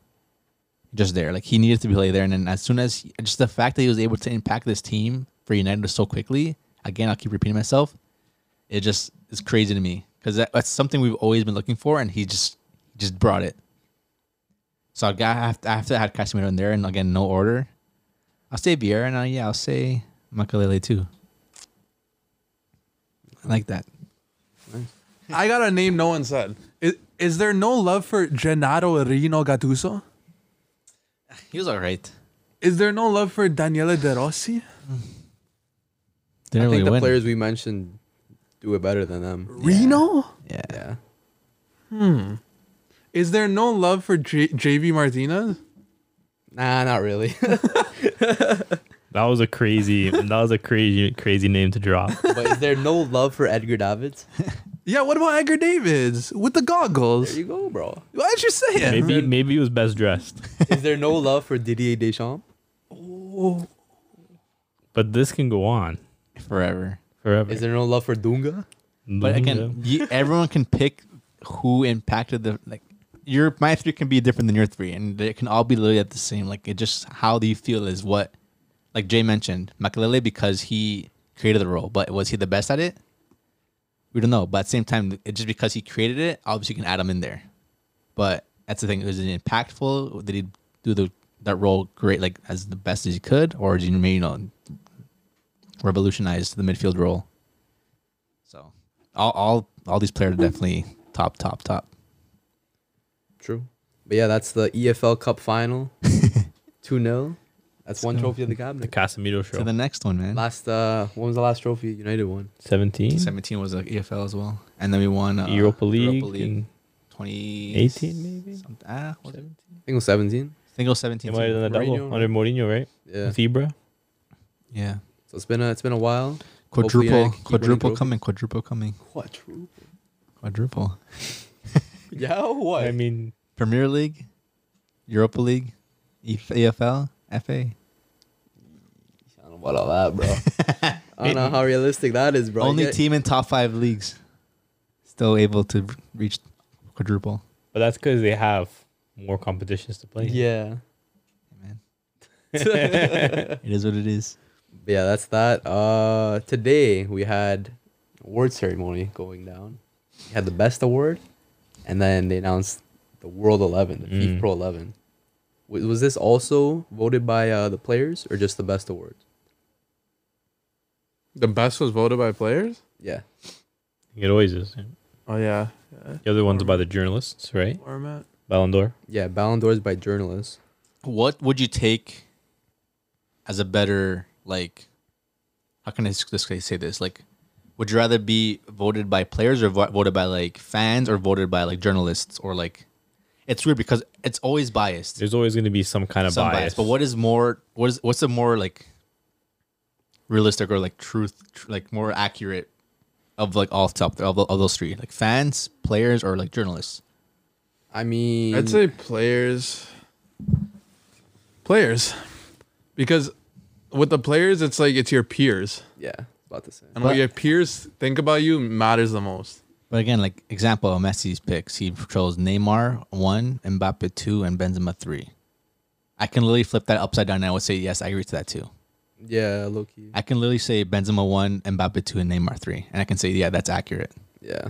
D: just there. Like he needed to play there, and then as soon as just the fact that he was able to impact this team for United so quickly, again I'll keep repeating myself, it just is crazy to me because that, that's something we've always been looking for, and he just just brought it. So I got- I have to, I have to add Casemiro in there, and again no order. I'll say Vieira, and uh, yeah, I'll say Makalele too. I like that.
C: [laughs] I got a name no one said. Is, is there no love for Gennaro Rino Gattuso?
D: He was all right.
C: Is there no love for Daniele De Rossi?
A: I
D: Didn't
A: think
D: really
A: the
D: win.
A: players we mentioned do it better than them.
C: Reno?
D: yeah.
A: Yeah.
C: Is there no love for J- JV Martinez?
A: Nah, not really. [laughs]
B: That was a crazy. That was a crazy, crazy name to
D: [laughs]
B: drop.
A: but is there no love for Edgar Davids?
C: Yeah, what about Edgar Davids with the
A: There
C: goggles?
A: you go, bro.
C: Why did you say it?
B: Maybe, maybe he was best
D: [laughs]
B: dressed.
A: Is there no love for Didier Deschamps?
B: But this can go on
D: forever.
B: forever.
A: Is there no love for Dunga?
D: But
B: Mm-hmm, Yeah.
D: again, you, everyone can pick who impacted the like. Your my three can be different than your three, and they can all be literally at the same. Like it just how do you feel is what, like Jay mentioned, Makalele because he created the role, but was he the best at it? We don't know. But at the same time, it, just because he created it, obviously you can add him in there. But that's the thing: was it impactful? Did he do the that role great, like as the best as he could, or did he you know revolutionize the midfield role? So all all all these players are definitely top, top, top.
A: True. But yeah, that's the EFL Cup
D: [laughs]
A: final. 2 0. That's one trophy of the
B: the
A: cabinet.
B: Casemiro show.
D: To the next one, man.
A: Last, uh, when was the last trophy United won?
B: 17,
D: Seventeen was like EFL as well, and then we won uh,
B: Europa League, and
D: Twenty
B: 18 maybe.
D: Something, ah, what- I
A: I think it was 17.
D: think it was seventeen.
B: He might have
D: too.
B: done a double
A: Mourinho.
B: under Mourinho, right?
A: Yeah.
B: With Ibra.
D: Yeah,
A: So it's been a, it's been a while. Hopefully I can
D: quadruple,
A: keep winning
D: quadruple
A: trophies.
D: coming, quadruple coming,
A: What? True?
D: quadruple.
A: Yeah, what?
B: I mean,
D: Premier League, Europa League, E- EFL, FA.
A: I don't know about all that, bro. I don't know how realistic that is, bro. You
D: Only
A: get-
D: team in top five leagues still able to reach quadruple.
B: but that's because they have more competitions to play. in.
A: Yeah.
D: Man,
A: [laughs]
D: it is what it is.
A: But yeah, that's that. Uh, today we had award ceremony going down. We had the best award, and then they announced the World Eleven, the FIFA
B: Mm.
A: Pro Eleven. W- was this also voted by uh, the players or just the best award?
C: The best was voted by players?
A: Yeah,
B: It always is.
C: Oh, yeah.
B: The other one's by the journalists, right?
C: Format.
B: Ballon d'Or.
A: yeah. Ballon d'Ors by journalists.
D: what would you take as a better like how can i s- this guy say this like would you rather be voted by players or vo- voted by like fans or voted by like journalists or like it's weird because it's always biased
B: There's always going to be some kind of
D: Some
B: bias.
D: bias, but what is more what is what's a more like realistic or like truth tr- like more accurate of like all top of, of those three like fans players or like journalists
A: I mean,
C: I'd say players. Players. Because with the players, it's like it's your peers.
A: yeah, about the same.
C: And
D: But-
C: what your peers think about you matters the most.
D: But again, like example of Messi's picks, he chose Neymar one, Mbappe two, and Benzema three. I can literally flip that upside down and I would say yes, I agree to that too.
A: Yeah, low key.
D: I can literally say Benzema one, Mbappe two, and Neymar three. And I can say, yeah, that's accurate.
A: Yeah,
D: You know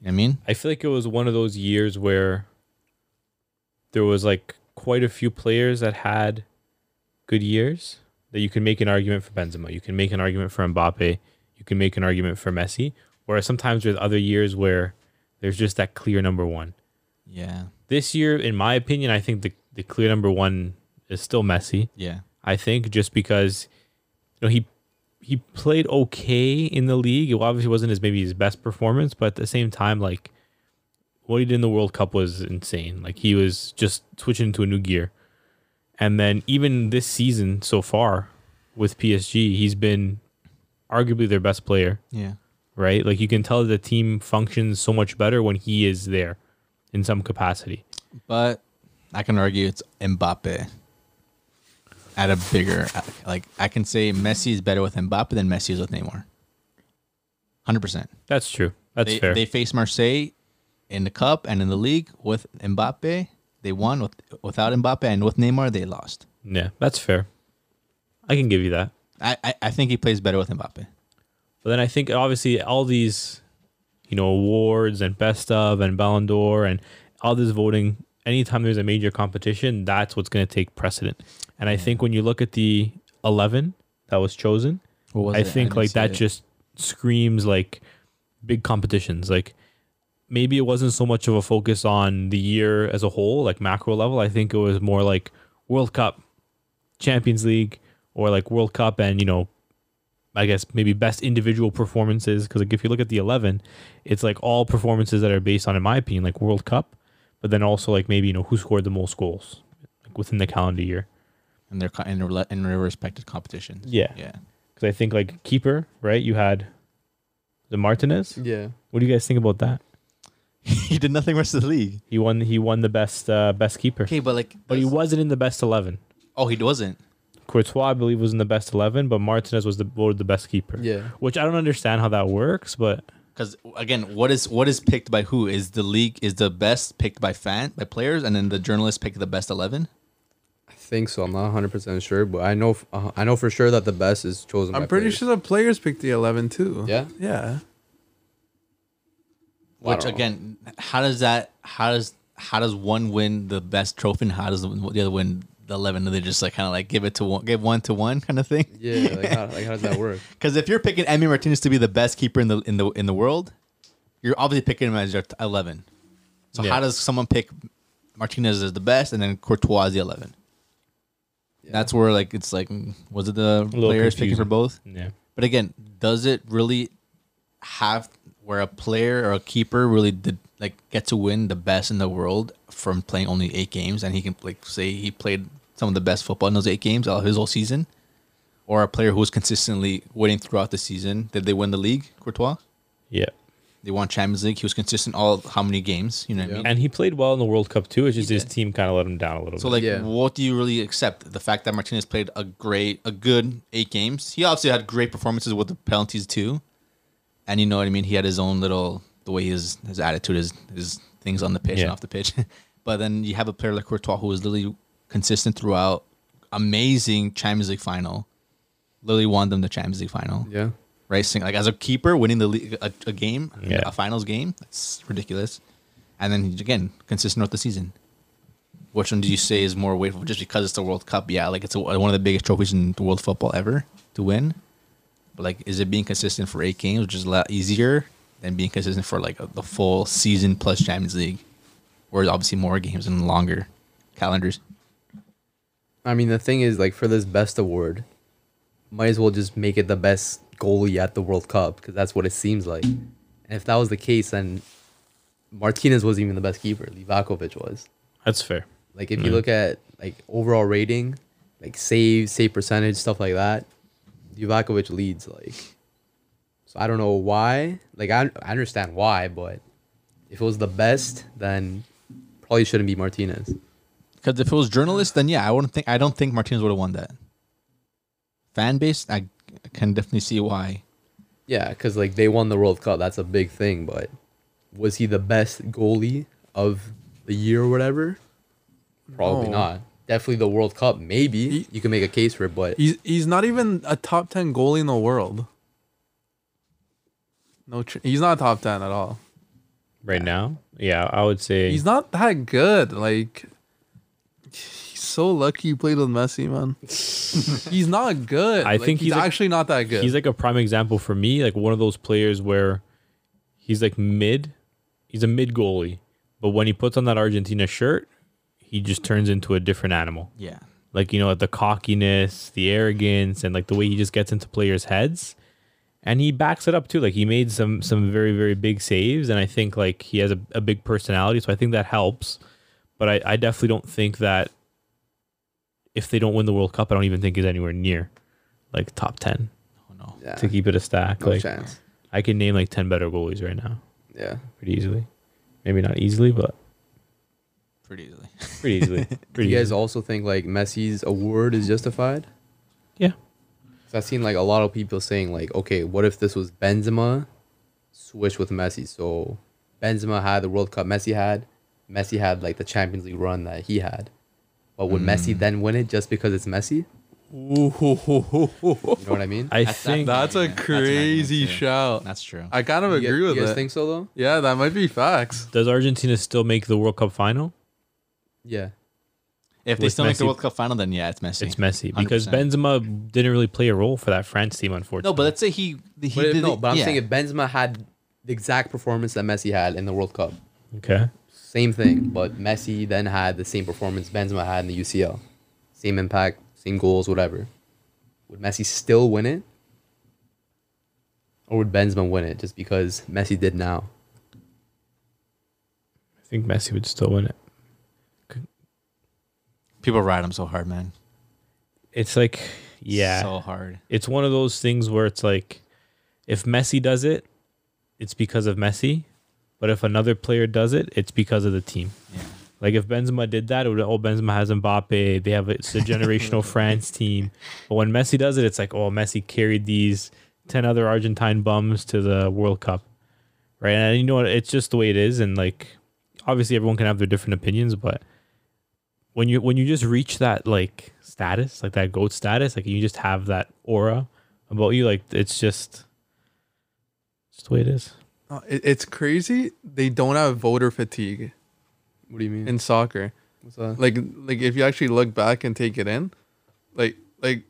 D: what I mean?
B: I feel like it was one of those years where there was like quite a few players that had good years that you can make an argument for Benzema, you can make an argument for Mbappe, you can make an argument for Messi. Whereas sometimes there's other years where there's just that clear number one.
D: Yeah.
B: This year, in my opinion, I think the, the clear number one is still Messi.
D: Yeah.
B: I think just because you know he he played okay in the league. It obviously wasn't his maybe his best performance, but at the same time, like what he did in the World Cup was insane. Like he was just switching into a new gear. And then even this season so far with PSG, he's been arguably their best player,
D: Yeah.
B: right? Like you can tell the team functions so much better when he is there in some capacity.
D: But I can argue it's Mbappe at a bigger like I can say Messi is better with Mbappe than Messi is with Neymar. Hundred percent.
B: That's true. That's
D: They
B: fair.
D: they faced Marseille in the cup and in the league with Mbappe. They won with without Mbappe and with Neymar they lost.
B: yeah, that's fair. I can give you that.
D: I, I, I think he plays better with Mbappe.
B: But then I think obviously all these, you know, awards and best of and Ballon d'Or and all this voting, anytime there's a major competition, that's what's going to take precedent. And I think when you look at the 11 that was chosen,
D: What was
B: I
D: it?
B: think
D: didn't
B: like
D: see
B: that
D: it.
B: just screams like big competitions. Like maybe it wasn't so much of a focus on the year as a whole, like macro level. I think it was more like World Cup, Champions League, or like World Cup and you know, I guess maybe best individual performances. Because like if you look at the eleven, it's like all performances that are based on, in my opinion, like World Cup, but then also like maybe you know who scored the most goals like within the calendar year.
D: in their co- in their, le- in their respective competitions.
B: Yeah.
D: Yeah. [laughs]
B: Because I think like keeper, right? You had the Martinez.
A: yeah.
B: What do you guys think about that?
D: he did nothing rest of the league.
B: He won. He won the best uh, best keeper,
D: Okay, but like
B: but he wasn't in the best eleven.
D: Oh, he wasn't.
B: Courtois, I believe, was in the best eleven, but Martinez was the voted the best keeper.
A: Yeah.
B: which I don't understand how that works, but
D: Because again, what is what is picked by who? Is the league is the best picked by fan by players, and then the journalists pick the best eleven?
A: I think so. I'm not 100 percent sure, but I know f- uh, I know for sure that the best is chosen.
C: I'm
A: by
C: pretty
A: players.
C: sure the players picked the 11 too.
A: Yeah?
C: Yeah.
A: Well, I
D: Which
A: don't know.
D: again, how does that? How does how does one win the best trophy, and how does the the other win the eleven? And they just like kind of like give it to one, give one to one kind of thing.
A: Yeah, like how, like how does that
C: [laughs]
A: work?
D: Because if you're picking Emmy Martinez to be the best keeper in the in the in the world, you're obviously picking him as your t- eleven. So
B: Yeah.
D: how does someone pick Martinez as the best and then Courtois as the eleven? That's where like it's like, mm, was it the
B: little
D: players picking for
B: confusing.
D: both?
B: yeah,
D: But again, does it really have where a player or a keeper really did like get to win the best in the world from playing only eight games and he can like say he played some of the best football in those eight games out of his whole season? Or a player who was consistently winning throughout the season. Did they win the league, Courtois?
B: yeah.
D: They won Champions League. He was consistent all how many games, you know what I mean?
B: And he played well in the World Cup too. It's just his team kind of let him down a little
D: So
B: bit.
D: like,
A: Yeah.
D: what do you really accept? The fact that Martinez played a great, a good eight games. He obviously had great performances with the penalties too, and you know what I mean. He had his own little the way his his attitude is his things on the pitch and
B: Yeah.
D: off the pitch. [laughs] but then you have a player like Courtois who was literally consistent throughout. Amazing Champions League final. Literally won them the Champions League final.
A: Yeah,
D: Right, Sing- like as a keeper winning the league, a, a game,
B: Yeah.
D: a finals game. That's ridiculous. And then again, consistent throughout the season. Which one do you say is more weighful? Just because it's the World Cup, yeah, like it's a, one of the biggest trophies in the world football ever to win. But like, is it being consistent for eight games, which is a lot easier than being consistent for like a, the full season plus Champions League, where it's obviously more games and longer calendars?
A: I mean the thing is like for this best award, might as well just make it the best goalie at the World Cup because that's what it seems like. And if that was the case, then Martinez wasn't even the best keeper. Livakovic was.
B: That's fair.
A: Like
C: Mm-hmm.
A: if you look at like overall rating, like save, save percentage, stuff like that, Livakovic leads. Like, so I don't know why. Like I I understand why, but If it was the best, then probably shouldn't be Martinez.
D: Because if it was journalists, then yeah, I wouldn't think. I don't think Martinez would have won that. Fan base, I I can definitely see why.
A: Yeah, because like they won the World Cup, that's a big thing. But was he the best goalie of the year or whatever? Probably
C: No.
A: not. Definitely the World Cup. Maybe
C: He-
A: you can make a case for it, but
C: He's he's not even a top ten goalie in the world. No, tr- he's not top ten at all.
B: right now. Yeah, I would say
C: He's not that good. Like he's so lucky he played with Messi, man. he's not good.
B: I
C: Like,
B: think he's like-
C: actually not that good.
B: he's like a prime example for me, like one of those players where he's like mid, he's a mid goalie, but when he puts on that Argentina shirt, he just turns into a different animal.
D: Yeah.
B: Like you know, the cockiness, the arrogance, and like the way he just gets into players' heads, and he backs it up too. Like he made some some very very big saves, and I think like he has a, a big personality, so I think that helps. But I, I definitely don't think that if they don't win the World Cup, I don't even think he's anywhere near like top ten
D: Oh no.
A: yeah,
B: to keep it a stack.
A: no
B: like
A: chance.
B: I can name like ten better goalies right now,
A: Yeah,
B: pretty easily. Maybe not easily, but
D: Pretty easily.
B: pretty easily.
A: do
B: Pretty
A: you guys
B: easily.
A: also think like Messi's award is justified?
B: yeah.
A: So I've seen like a lot of people saying like, okay, what if this was Benzema switched with Messi? So Benzema had the World Cup Messi had. Messi had like the Champions League run that he had. But would Messi then win it just because it's Messi? You know what I mean?
B: [laughs] I
D: That's-
B: think
C: That's
D: Yeah,
C: a
D: that's what I mean,
C: crazy
D: too.
C: shout.
D: That's true.
C: I kind of
A: You guys-
C: agree with
A: you guys
C: it.
A: think so though?
C: yeah, that might be facts.
B: does Argentina still make the World Cup final?
A: Yeah.
D: if they
B: with
D: still make the
B: Messi-
D: World Cup final, then yeah, it's Messi.
B: It's messy because
D: 100%.
B: Benzema didn't really play a role for that France team, unfortunately.
D: No, but let's say he he
A: But if-
D: did
A: no,
D: it-
A: but I'm
D: yeah.
A: saying if Benzema had the exact performance that Messi had in the World Cup,
B: okay.
A: same thing. But Messi then had the same performance Benzema had in the UCL, same impact, same goals, whatever. Would Messi still win it, or would Benzema win it just because Messi did now?
B: I think Messi would still win it.
D: people ride him so hard, man.
B: It's like yeah.
D: so hard.
B: It's one of those things where it's like if Messi does it, it's because of Messi. But if another player does it, it's because of the team.
D: Yeah,
B: Like if Benzema did that, it would oh Benzema has Mbappe. They have it's a generational France team. But when Messi does it, it's like oh Messi carried these ten other Argentine bums to the World Cup, right? And you know what? It's just the way it is, and like obviously everyone can have their different opinions, but when you when you just reach that like status, like that goat status, like you just have that aura about you, like it's just just the way it is.
C: No, it- It's crazy. They don't have voter fatigue
A: What do you mean?
C: in soccer.
A: What's that?
C: like like if you actually look back and take it in, like like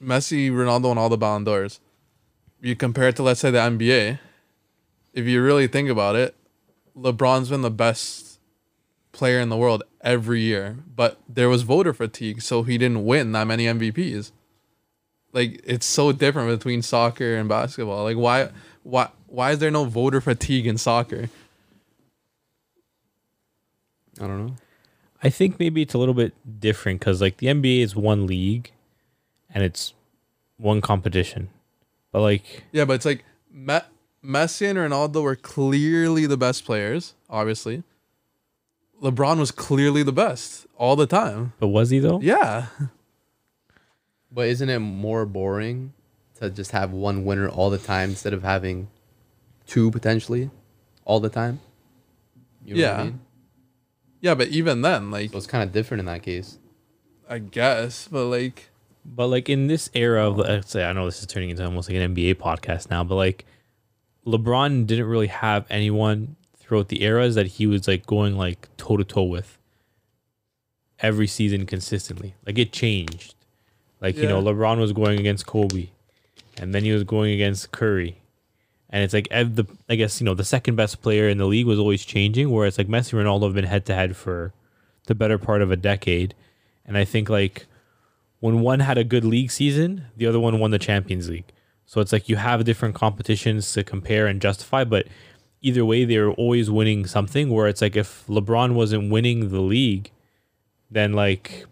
C: Messi, Ronaldo, and all the Ballon d'Ors, you compare it to let's say the NBA. If you really think about it, LeBron's been the best player in the world every year, but there was voter fatigue, so he didn't win that many MVPs. Like it's so different between soccer and basketball. Like why why why is there no voter fatigue in soccer?
A: I don't know.
B: I think maybe it's a little bit different because like the NBA is one league, and it's one competition, but like
C: Yeah, but it's like Me- Messi and Ronaldo were clearly the best players, obviously. LeBron was clearly the best all the time.
B: but was he though?
C: Yeah.
A: But isn't it more boring to just have one winner all the time instead of having two potentially all the time? You
C: Yeah. Yeah, but even then, like,
A: So it's kind of different in that case.
C: I guess, but like,
B: But like in this era of let's say I know this is turning into almost like an NBA podcast now, but like LeBron didn't really have anyone throughout the eras that he was like going like toe to toe with every season consistently. Like it changed. Like you know,
C: Yeah.
B: LeBron was going against Kobe, and then he was going against Curry, and it's like ev- the I guess you know the second best player in the league was always changing. Whereas like Messi and Ronaldo have been head to head for the better part of a decade, and I think like when one had a good league season, the other one won the Champions League. So it's like you have different competitions to compare and justify, but either way, they're always winning something. Where it's like if LeBron wasn't winning the league, then like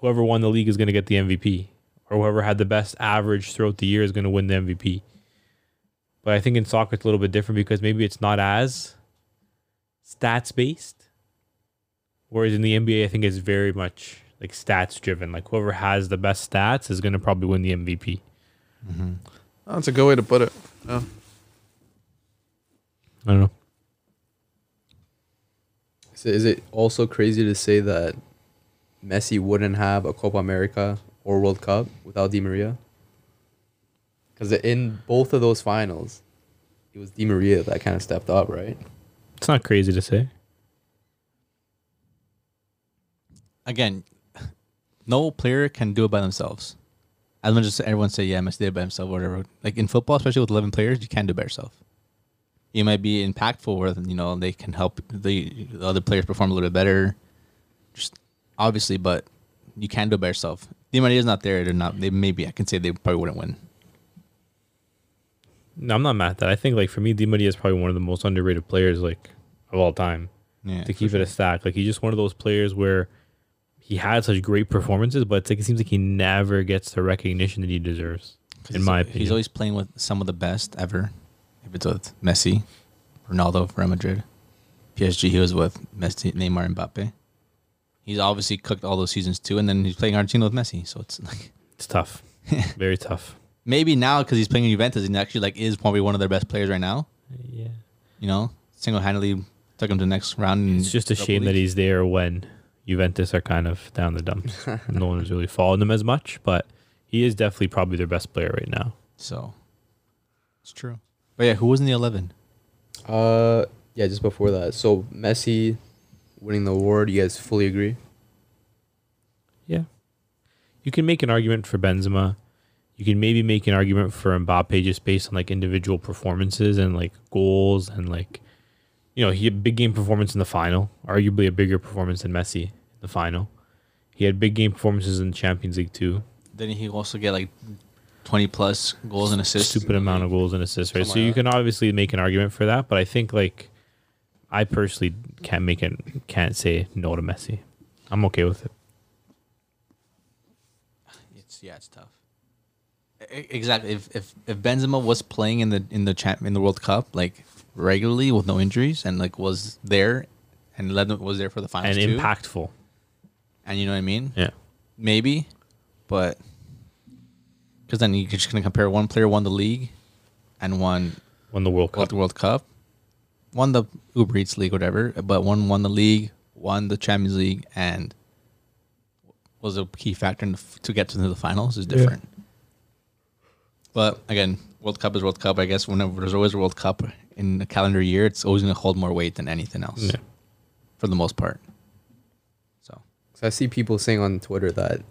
B: whoever won the league is going to get the MVP, or whoever had the best average throughout the year is going to win the MVP. But I think in soccer it's a little bit different because maybe it's not as stats based. Whereas in the NBA, I think it's very much like stats driven. Like whoever has the best stats is going to probably win the MVP.
C: That's a good way to put it. Yeah.
B: I don't know.
A: So is it also crazy to say that Messi wouldn't have a Copa America or World Cup without Di Maria? Because in both of those finals, it was Di Maria that kind of stepped up, right?
B: It's not crazy to say.
D: Again, [laughs] no player can do it by themselves. As much as everyone say, yeah, Messi did it by himself, whatever. Like in football, especially with eleven players, you can't do it by yourself. You might be impactful where you know they can help the, the other players perform a little bit better. Just obviously, but you can't do it by yourself. The money is not there. They're not. They maybe I can say they probably wouldn't win.
B: No, I'm not mad at that. I think like for me, Di Maria is probably one of the most underrated players like of all time.
D: Yeah,
B: to keep it a stack, like he's just one of those players where he had such great performances, but it's like it seems like he never gets the recognition that he deserves. In my
D: he's,
B: opinion,
D: he's always playing with some of the best ever. If it's with Messi, Ronaldo, Real Madrid, PSG, he was with Messi, Neymar, and Mbappe. He's obviously cooked all those seasons too, and then he's playing Argentina with Messi. So it's like [laughs]
B: it's tough, very tough.
D: maybe now because he's playing in Juventus and actually like is probably one of their best players right now.
B: Yeah,
D: You know, single handedly took him to the next round. and
B: it's just a
D: Europa
B: shame that
D: League.
B: he's there when Juventus are kind of down the dumps. no one is really following him as much, but he is definitely probably their best player right now.
D: so. It's true. But yeah, who was in the eleven?
A: Uh, yeah, just before that. So Messi winning the award, you guys fully agree?
B: Yeah. You can make an argument for Benzema. You can maybe make an argument for Mbappe just based on like individual performances and like goals and like you know, he had big game performance in the final, arguably a bigger performance than Messi in the final. He had big game performances in the Champions League too.
D: Didn't he also get like twenty plus goals and assists?
B: Stupid amount of goals and assists, right? So you can obviously make an argument for that, but I think like I personally can't make it can't say no to Messi. I'm okay with it.
D: It's yeah, it's tough. E- Exactly. If if if Benzema was playing in the in the champ in the World Cup like regularly with no injuries and like was there and led them- was there for the finals
B: And
D: too,
B: impactful.
D: and you know what I mean
B: Yeah.
D: maybe, but because then you're just gonna compare one player won the league and one
B: Won the World
D: won
B: Cup.
D: the World Cup, won the Uber Eats League whatever, but one won the league, won the Champions League, and was a key factor in the, f- to get to the finals is different. But again, World Cup is World Cup. I guess whenever there's always a World Cup in a calendar year, it's always going to hold more weight than anything else,
B: Yeah.
D: for the most part. So
A: Because I see people saying on Twitter that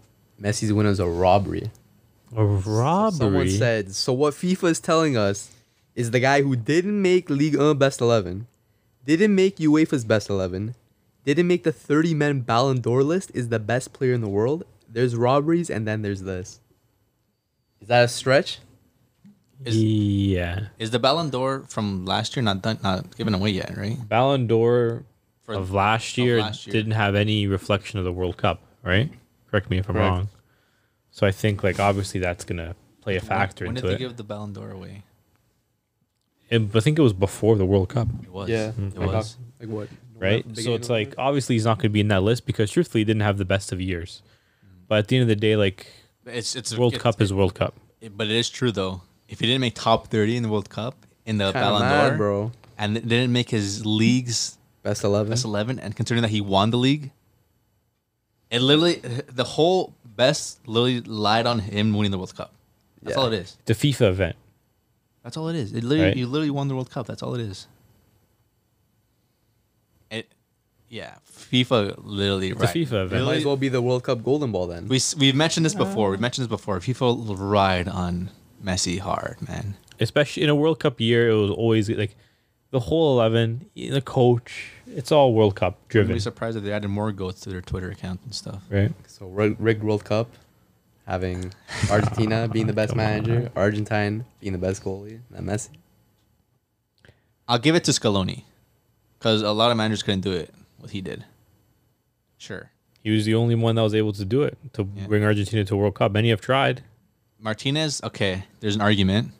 A: Messi's win is a robbery.
B: A robbery.
A: Someone said, so what FIFA is telling us is the guy who didn't make League 1 best 11, didn't make UEFA's best 11, didn't make the 30 man Ballon d'Or list is the best player in the world. There's robberies and then there's this. Is that a stretch?
D: Is-
B: yeah.
D: is the Ballon d'Or from last year not done, not given away yet, right?
B: Ballon d'Or
D: For
B: of last year
D: last year.
B: didn't have any reflection of the World Cup, right? Correct me if I'm
A: Correct.
B: wrong. So I think like obviously that's gonna play a factor
D: when, when
B: into
D: did
B: it.
D: they give the Ballon d'Or away?
B: And- I think it was before the World Cup,
D: It was.
A: Like,
D: it was.
A: how- Like what?
B: right? So it's like obviously he's not gonna be in that list because truthfully he didn't have the best of years. But at the end of the day, like
D: It's it's
B: World
D: it's-
B: Cup is World Cup.
D: It- but it is true though. If he didn't make top thirty in the World Cup in the
A: Kinda
D: Ballon
A: mad,
D: d'Or,
A: bro.
D: and th- didn't make his league's
A: Best 11.
D: best eleven, and considering that he won the league, it literally the whole best literally lied on him winning the World Cup. That's
A: Yeah.
D: all it is.
B: The FIFA event.
D: That's all it is. It literally
B: Right.
D: you literally won the World Cup. That's all it is. It, yeah, FIFA literally
B: a
D: right.
B: FIFA event.
D: Literally-
A: Might as well be the World Cup golden ball then.
D: We s- we've mentioned this before. We've mentioned this before. FIFA will ride on Messi hard, man.
B: Especially in a World Cup year, it was always like the whole eleven, the coach, it's all World Cup
D: I'd
B: driven.
D: be surprised if they added more goats to their Twitter account and stuff.
B: Right?
A: So rig- rigged World Cup, having Argentina being the best manager, Argentine being the best goalie, and Messi.
D: I'll give it to Scaloni because a lot of managers couldn't do it what he did. Sure,
B: He was the only one that was able to do it to
D: Yeah.
B: bring Argentina to a World Cup. Many have tried.
D: Martinez. Okay, there's an argument,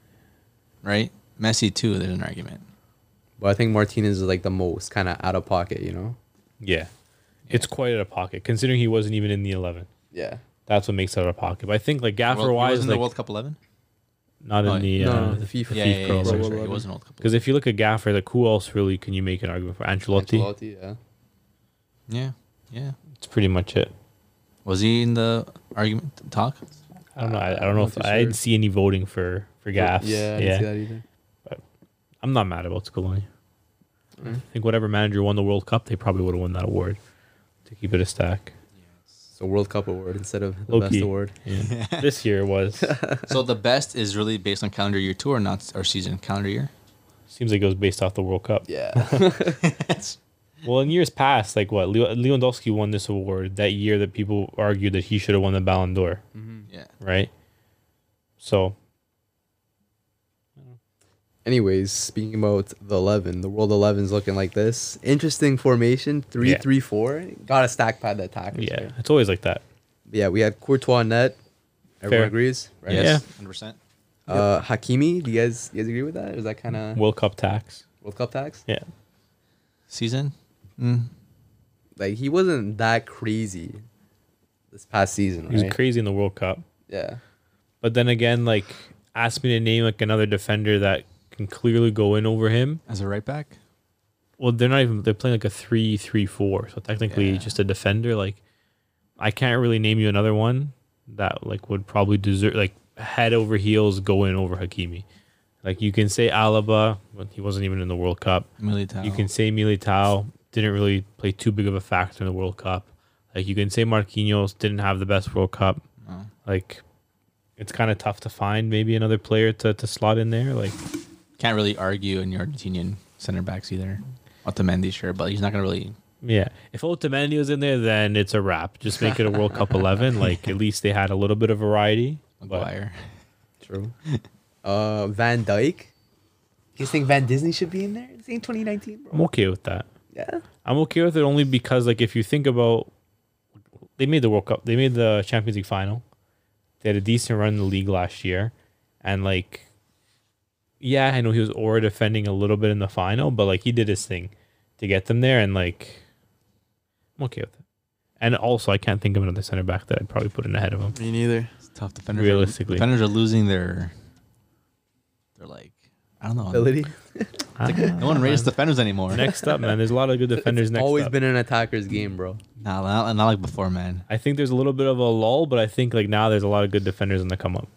D: right? Messi too. There's an argument.
A: But I think Martinez is like the most kind of out of pocket, you know?
B: Yeah. It's quite out of pocket considering he wasn't even in the 11.
A: Yeah.
B: That's what makes it out of pocket. But I think like Gaffer
D: World- he
B: wise,
D: wasn't
B: like
D: the World Cup 11.
B: not
D: Oh,
B: in the
A: No,
B: uh,
A: no, the FIFA.
D: Yeah,
B: FIFA
D: yeah, yeah,
B: Pro,
D: sorry,
B: like-
D: sorry, It wasn't World Cup. 11.
B: Because if you look at Gaffer, like who else really can you make an argument for? Ancelotti.
A: Ancelotti, yeah.
D: Yeah, yeah.
B: It's pretty much it.
D: Was he in the argument
B: [laughs]
D: talk?
B: I don't know. I, I don't know
A: not
B: if
A: too
B: I
A: sure.
B: didn't see any voting for for Gaffs.
A: Yeah,
B: Yeah,
A: I didn't see that either.
B: I'm not mad about Scaloni.
A: Mm-hmm.
B: I think whatever manager won the World Cup, they probably would have won that award. To keep it a stack.
A: So World Cup award instead of the
B: Low
A: best
B: key.
A: award. [laughs]
B: Yeah. this year was
D: so the best is really based on calendar year two or not or season
B: [laughs]
D: calendar year.
B: seems like it was based off the World Cup.
A: Yeah.
B: Well, in years past, like what Leo- Lewandowski won this award that year that people argued that he should have won the Ballon d'Or,
A: Mm-hmm.
D: Yeah.
B: right? So
A: [laughs] Anyways, speaking about the eleven, the world eleven's looking like this. Interesting formation, three
B: Yeah.
A: three four. Gotta stack pad the attackers.
B: yeah,
A: right?
B: it's always like that.
A: Yeah, we had Courtois on net. Everyone
B: Fair.
A: agrees, right?
B: Yeah.
D: Yes. Hundred percent.
A: Uh, Hakimi, do you guys you guys agree with that? Is that kind of
B: World Cup tax.
A: World Cup tax?
B: Yeah,
D: Season.
A: Like he wasn't that crazy this past season,
B: he was
A: right?
B: crazy in the World Cup.
A: yeah.
B: But then again, like ask me to name like another defender that can clearly go in over him.
D: As a right back.
B: Well, they're not even they're playing like a three three four. So technically
D: Yeah.
B: just a defender. Like I can't really name you another one that like would probably deserve like head over heels go in over Hakimi. Like you can say Alaba, but he wasn't even in the World Cup.
D: Militao.
B: You can say Militao didn't really play too big of a factor in the World Cup. Like you can say Marquinhos didn't have the best World Cup.
D: No.
B: Like it's kind of tough to find maybe another player to, to slot in there. Like
D: can't really argue in your Argentinian center backs either. Otamendi, sure, but he's not gonna really.
B: yeah, if Otamendi was in there, then it's a wrap. Just make it a World Cup eleven. Like at least they had a little bit of variety. But
D: Maguire.
A: True. [laughs] Uh, Van Dyke. You think Van Disney should be in there? This ain't 2019,
B: I'm okay with that.
A: Yeah.
B: I'm okay with it only because like if you think about they made the World Cup, they made the Champions League final. They had a decent run in the league last year and like yeah, I know he was aura defending a little bit in the final, but like he did his thing to get them there and like I'm okay with it. And also I can't think of another center back that I'd probably put in ahead of him.
E: Me neither.
D: It's tough. Defenders.
B: Realistically.
D: are, defenders are losing their. They're like, I don't know.
A: Ability.
D: No one rates defenders anymore.
B: next up, man. There's a
A: [laughs]
B: lot of good defenders next
A: Always
B: up.
A: been an attacker's game, bro.
D: Nah, not, not like before, man.
B: I think there's a little bit of a lull, but I think like now there's a lot of good defenders in the come up.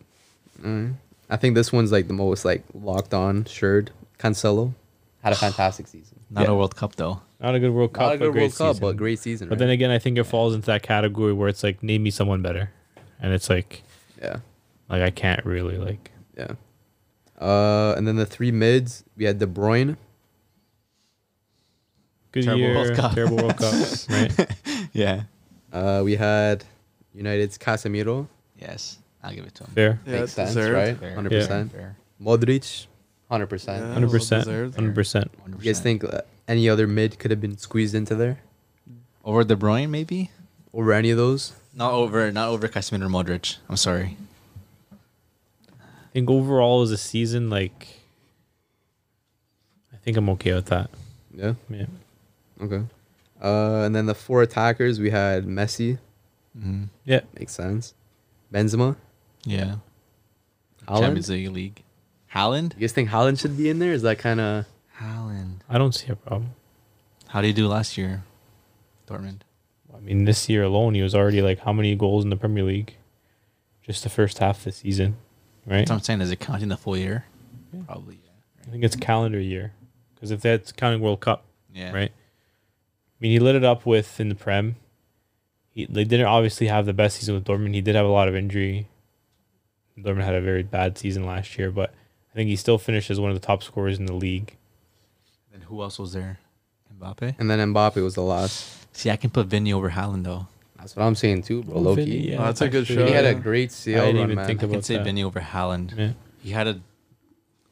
A: I think this one's like the most like locked on shirt. Cancelo had
B: [sighs]
A: a fantastic season.
D: Not
B: Yeah.
D: a World Cup though.
B: Not a good World Cup,
A: Not a
B: but
A: good
B: great
A: World Cup,
B: season.
A: but great season.
B: But
A: right?
B: then again, I think it falls into that category where it's like, name me someone better, and it's like,
A: yeah,
B: like I can't really like.
A: yeah. Uh, and then the three mids we had De Bruyne.
B: Good
D: Terrible
B: year,
D: World Cup.
B: terrible World [laughs] Cup, right?
D: Yeah.
A: Uh, we had United's Casemiro.
D: Yes, I'll give it to him.
B: Fair,
E: Yeah,
A: Makes
E: it's
A: sense,
E: deserved.
A: right?
D: Fair,
A: Hundred
B: Yeah.
A: percent.
D: Fair.
A: Modric, hundred percent.
E: Yeah.
B: hundred percent,
E: Well deserved.
B: hundred percent.
D: 100%.
A: You guys think uh, any other mid could have been squeezed into there
D: over De Bruyne maybe?
A: over any of those?
D: Not over, not over Casemiro Modric. I'm sorry.
B: I think overall as a season, like, I think I'm okay with that.
A: Yeah.
B: Yeah,
A: Okay. Uh, and then the four attackers we had Messi.
B: yeah.
A: Makes sense. Benzema.
D: Mm-hmm. Yeah.
A: Holland.
D: Champions League league. Haaland?
A: You guys think Holland should be in there? Is that kind of
D: Haaland.
B: I don't see a problem.
D: How do you do last year? Dortmund.
B: I mean, this year alone, he was already like how many goals in the Premier League? Just the first half of the season, right?
D: That's what I'm saying. Is it counting the full year? Probably.
B: I think it's calendar year because if that's counting World Cup,
D: Yeah.
B: right? I mean, he lit it up with in the Prem. He, they didn't obviously have the best season with Dortmund. He did have a lot of injury. Dortmund had a very bad season last year, but I think he still finished as one of the top scorers in the league.
D: Then who else was there? Mbappe.
A: And then Mbappe was the last.
D: See, I can put Vinny over Haaland though.
A: That's what I'm saying too, bro.
B: Oh,
A: Loki.
B: Vinny, yeah.
C: Oh, that's a good
B: Actually,
C: show.
A: He had a
C: yeah.
A: great
B: I
A: CL
B: didn't
A: run,
B: even
A: man.
B: think
D: I
B: about
D: can say
B: that.
D: Vinny over Haaland.
B: Yeah.
D: He had a.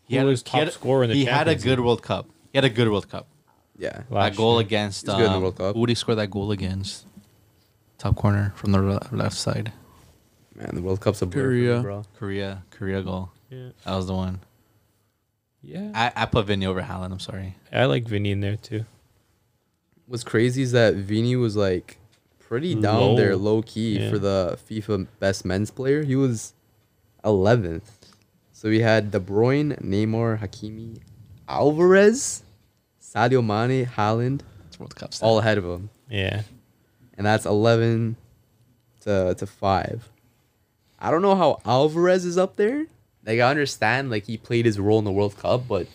D: He
B: Who
D: had a,
B: was
D: he had
B: top
D: a-
B: scorer in the
D: He had a
B: Champions
D: good
B: League?
D: World Cup. He had a good World Cup.
A: yeah.
B: Last
D: that goal
B: year.
D: against
A: He's
D: um,
A: good in the World Cup.
D: who did he score that goal against? Top corner from the re- left side.
A: Man, the World Cup's a blur, for me,
C: Korea.
A: bro.
D: Korea, Korea goal.
B: Yeah.
D: That was the one.
B: Yeah,
D: I, I put Vinny over Haaland. I'm sorry.
B: I like Vinny in there too.
A: What's crazy is that Vini was like pretty down
B: Low.
A: there, low key
B: Yeah.
A: for the FIFA best men's player. He was 11th. So we had De Bruyne, Neymar, Hakimi, Alvarez, Sadio Mane, Haaland,
D: It's World Cup. Stuff.
A: all ahead of him.
B: Yeah,
A: and that's 11 to, to 5 i don't know how alvarez is up there like i understand like he played his role in the world cup but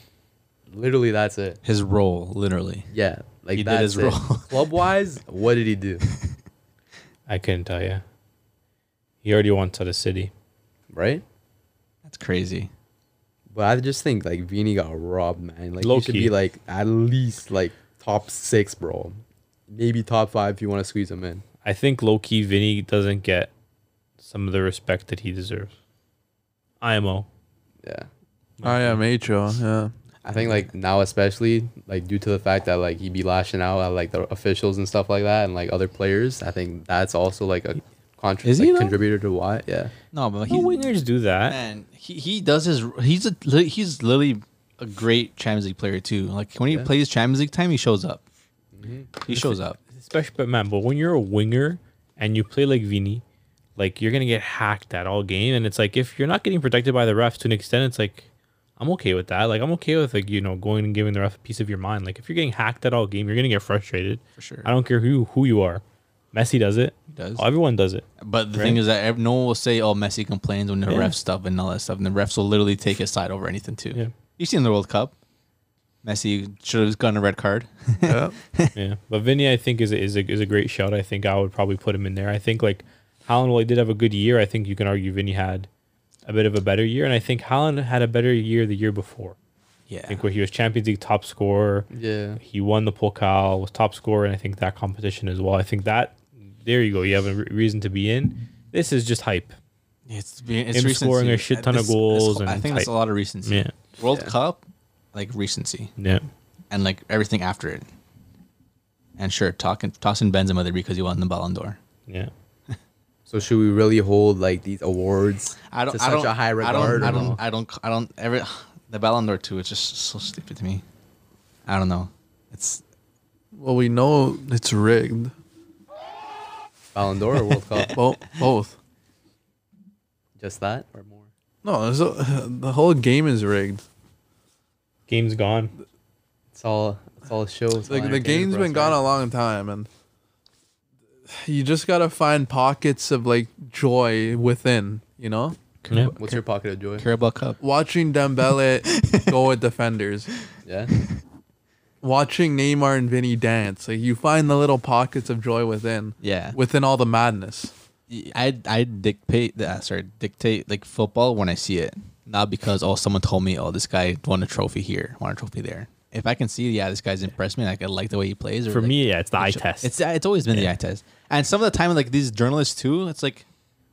A: literally that's it
D: his role, literally.
A: yeah like
D: He did
A: that's
D: his
A: it.
D: role. [laughs]
A: club wise what did he do
B: I couldn't tell you. He already wants out of city.
A: right
D: That's crazy.
A: but i just think like Vini got robbed man like
B: Low
A: he should
B: key.
A: be like at least like top 6 bro maybe top 5 if you want to squeeze him in
B: I think low key Vinny doesn't get some of the respect that he deserves. IMO.
A: yeah
C: I am
A: [laughs]
C: Acho. Yeah.
A: I think like now especially like due to the fact that like he be lashing out at like the officials and stuff like that and like other players. I think that's also like a contra-
D: Is he
A: like,
D: though?
A: contributor to why. Yeah,
D: No, but
B: No
D: he's
B: wingers do that.
D: man. He, he does his. He's a li- he's literally a great Champions League player too. Like when he
A: Yeah.
D: plays Champions League time, he shows up. He shows up.
B: Especially, but man, but when you're a winger and you play like Vinny, like you're gonna get hacked at all game, and it's like if you're not getting protected by the refs to an extent, it's like I'm okay with that. Like I'm okay with like you know going and giving the ref a piece of your mind. Like if you're getting hacked at all game, you're gonna get frustrated.
D: For sure.
B: I don't care who who you are. Messi does it.
D: does.
B: Everyone does it.
D: But the
B: Right.
D: thing is that ev- no one will say, "Oh, Messi complains when the
B: Yeah.
D: refs stuff and all that stuff." And the refs will literally take his side over anything too.
B: Yeah.
D: You've seen the World Cup. Messi should have gotten a red card.
C: yeah.
B: yeah, but Vinny, I think is a, is a, is a great shout. I think I would probably put him in there. I think like Holland, while he did have a good year, I think you can argue Vinny had a bit of a better year, and I think Holland had a better year the year before. I
D: yeah.
B: think where he was Champions League top scorer,
A: yeah.
B: he won the Pokal, was top scorer, and I think that competition as well. I think that there you go, you have a re- reason to be in. This is just hype.
D: It's being it's
B: Him
D: recency.
B: scoring a shit ton of
D: It's- it's-
B: goals
D: I
B: and
D: think that's a
B: type.
D: lot of recency.
B: Yeah.
D: World
A: Yeah.
D: Cup, like recency
B: Yeah,
D: and like everything after it. And sure, talking tossing Benzema there because he won the Ballon d'Or.
B: yeah.
A: So should we really hold like these awards
D: I don't.
A: to
D: I
A: such
D: don't,
A: a high regard? or
D: I don't. I
A: no?
D: don't. I don't. I don't. Every [sighs] the Ballon d'Or too. It's just so stupid to me. I don't know. It's
C: Well, we know it's rigged.
A: Ballon d'Or or World
D: [laughs]
A: Cup?
C: Both. Both.
A: Just that or more?
C: No, there's a, [laughs] the whole game is rigged.
B: Game's gone.
A: It's all. It's all a show. It's
C: Like
A: all
C: the
A: entertainment
C: game's
A: for us,
C: been gone
A: right?
C: a long time, and you just gotta find pockets of like joy within. You know,
B: Yeah.
A: What's your pocket of joy?
D: Carabao Cup.
C: watching [laughs] Dembele go with defenders,
A: Yeah.
C: watching Neymar and Vinny dance. Like you find the little pockets of joy within,
D: Yeah.
C: within all the madness.
D: I I dictate that sorry dictate like football when I see it, not because oh someone told me oh this guy won a trophy here, won a trophy there. If I can see yeah this guy's impressed me, like I like the way he plays. Or
B: For
D: like,
B: me, yeah, it's the eye
D: it's-
B: test.
D: It's it's always been the
B: Yeah.
D: eye test, and some of the time like these journalists too. It's like,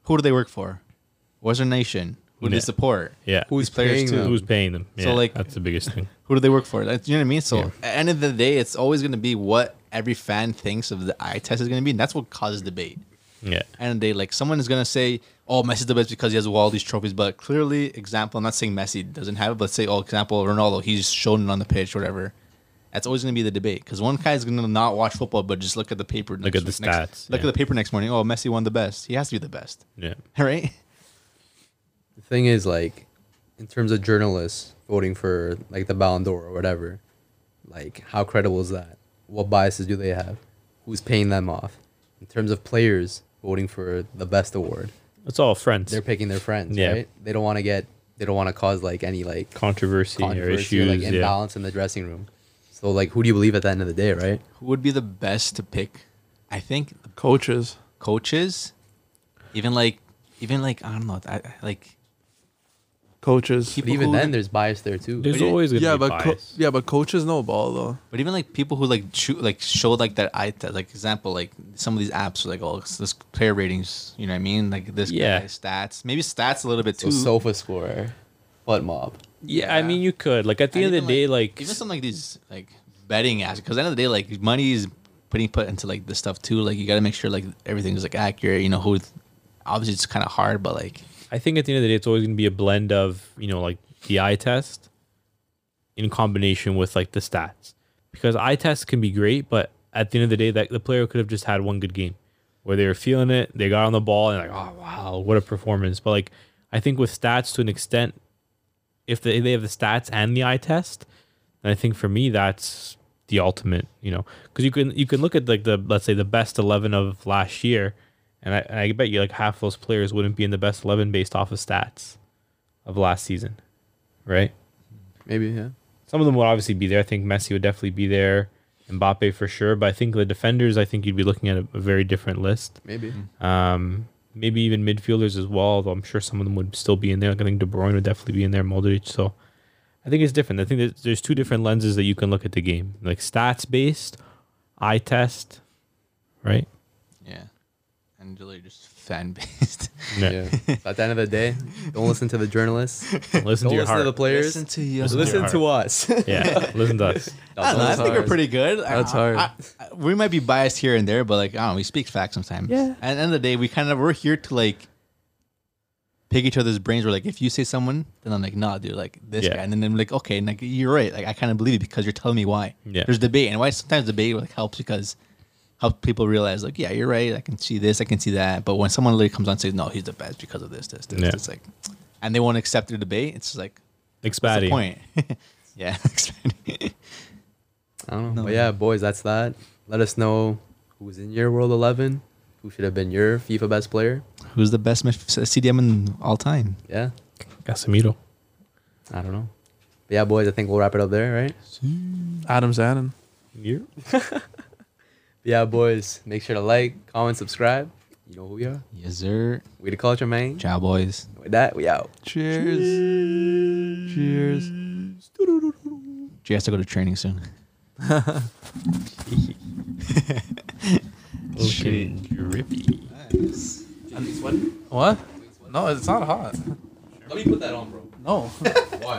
D: who do they work for? What's their nation? Who do
B: Yeah.
D: they support?
B: yeah.
A: Who's
D: These players
A: paying
D: too.
A: them?
B: who's paying them?
D: So,
B: Yeah,
D: like-
B: that's the
A: [laughs]
B: biggest thing.
D: Who do they work for? Like, you know what I mean? So
B: Yeah.
D: at the end of the day, it's always going to be what every fan thinks of the eye test is going to be, and that's what causes debate.
B: Yeah.
D: And they like someone is gonna say, "Oh, Messi's the best because he has all these trophies." But clearly, example, I'm not saying Messi doesn't have it, but say, "Oh, example, Ronaldo, he's shown it on the pitch, whatever." That's always gonna be the debate because one guy is gonna not watch football, but just look at the paper. Look
B: at the stats,
D: look
B: yeah.
D: at the paper next morning. Oh, Messi won the best. He has to be the best, [laughs]
B: Yeah.
D: right?
A: the thing is like in terms of journalists voting for like the Ballon d'Or or whatever, like how credible is that? What biases do they have? Who's paying them off? In terms of players voting for the best award,
B: It's all friends.
A: they're picking their friends,
B: Yeah.
A: right? They don't want to get they don't want to cause like any like
B: controversy, or
A: controversy or,
B: issues.
A: like
B: yeah.
A: imbalance in the dressing room. So like who do you believe at the end of the day, right?
D: Who would be the best to pick? I think
C: Coaches,
D: coaches, even like, even like I don't know, I, I- like
C: coaches.
D: Keep-
A: But even
D: who-
A: then there's bias there too.
B: There's always gonna
C: yeah,
B: be
C: but co-
B: bias.
C: yeah, but coaches know ball though.
D: But even like people who like shoot, like show like that eye test, like example, like some of these apps, are like oh, it's this player ratings, you know what I mean? Like this
B: Yeah.
D: guy's stats, maybe stats a little bit
A: so
D: too.
A: sofa scorer, butt mob.
B: Yeah, I mean, you could. Like, at the
D: And
B: end of
D: even,
B: the day, like,
D: even something like these like betting apps, because at the end of the day, like money is putting put into like this stuff too. Like you got to make sure like everything's like accurate. You know who? Obviously, it's kind of hard, but like
B: I think at the end of the day, it's always going to be a blend of, you know, like the eye test, in combination with like the stats. Because eye tests can be great, but at the end of the day, that the player could have just had one good game where they were feeling it, they got on the ball, and like, oh wow, what a performance. But like I think with stats to an extent, if they, they have the stats and the eye test, then I think for me that's the ultimate, you know, because you can you can look at like the let's say the best eleven of last year, and I, and I bet you like half those players wouldn't be in the best eleven based off of stats of last season, right?
A: Maybe, yeah.
B: Some of them would obviously be there. I think Messi would definitely be there, Mbappe for sure. But I think the defenders, I think you'd be looking at a, a very different list.
A: Maybe.
B: Um, maybe even midfielders as well. Although I'm sure some of them would still be in there. Like I think De Bruyne would definitely be in there. Modric. So I think it's different. I think there's, there's two different lenses that you can look at the game, like stats based, eye test, right?
D: Yeah. And really just fan [laughs] based.
B: Yeah.
A: Yeah. So At the end of the day, don't listen to the
B: [laughs]
A: journalists. [laughs] Don't
B: Listen to your
A: listen to
B: heart.
A: the players.
D: Listen to you.
B: Listen to
A: Listen
B: your
A: to us. [laughs]
B: yeah, listen to us.
D: I don't know. I
A: That's
D: think we're
A: hard.
D: pretty good.
C: That's
D: I-
C: hard.
D: I- I- we might be biased here and there, but like I don't know, we speak facts sometimes.
B: Yeah.
D: At the end of the day, we kind of we're here to like pick each other's brains. We're like, if you say someone, then I'm like, nah, dude, like this
B: Yeah.
D: guy, and then I'm like, okay, and like you're right. Like I kind of believe it because you're telling me why.
B: Yeah.
D: There's debate, and why sometimes debate like helps because helps people realize like, yeah, you're right. I can see this, I can see that. But when someone literally comes on and says, no, he's the best because of this, this, this,
B: Yeah.
D: it's like, and they won't accept the debate. It's just like what's the
B: Expatty.
D: point. [laughs] yeah. expatting.
A: I don't know. But yeah, boys, that's that. Let us know who was in your World 11, who should have been your FIFA best player.
D: Who's the best mid- CDM in all time?
A: Yeah,
B: Casemiro.
A: I don't know. But yeah, boys, I think we'll wrap it up there, right?
C: Adam Zanin.
B: You?
A: But yeah, boys, make sure to like, comment, subscribe. You know who we are.
D: Yes, sir.
A: We the culture, man.
D: Ciao, boys.
A: With that, we out.
C: Cheers. Cheers.
D: Jay has to go to training soon.
B: Okay. Drippy.
C: What? No, it's not hot.
A: Let me put that on, bro.
C: No.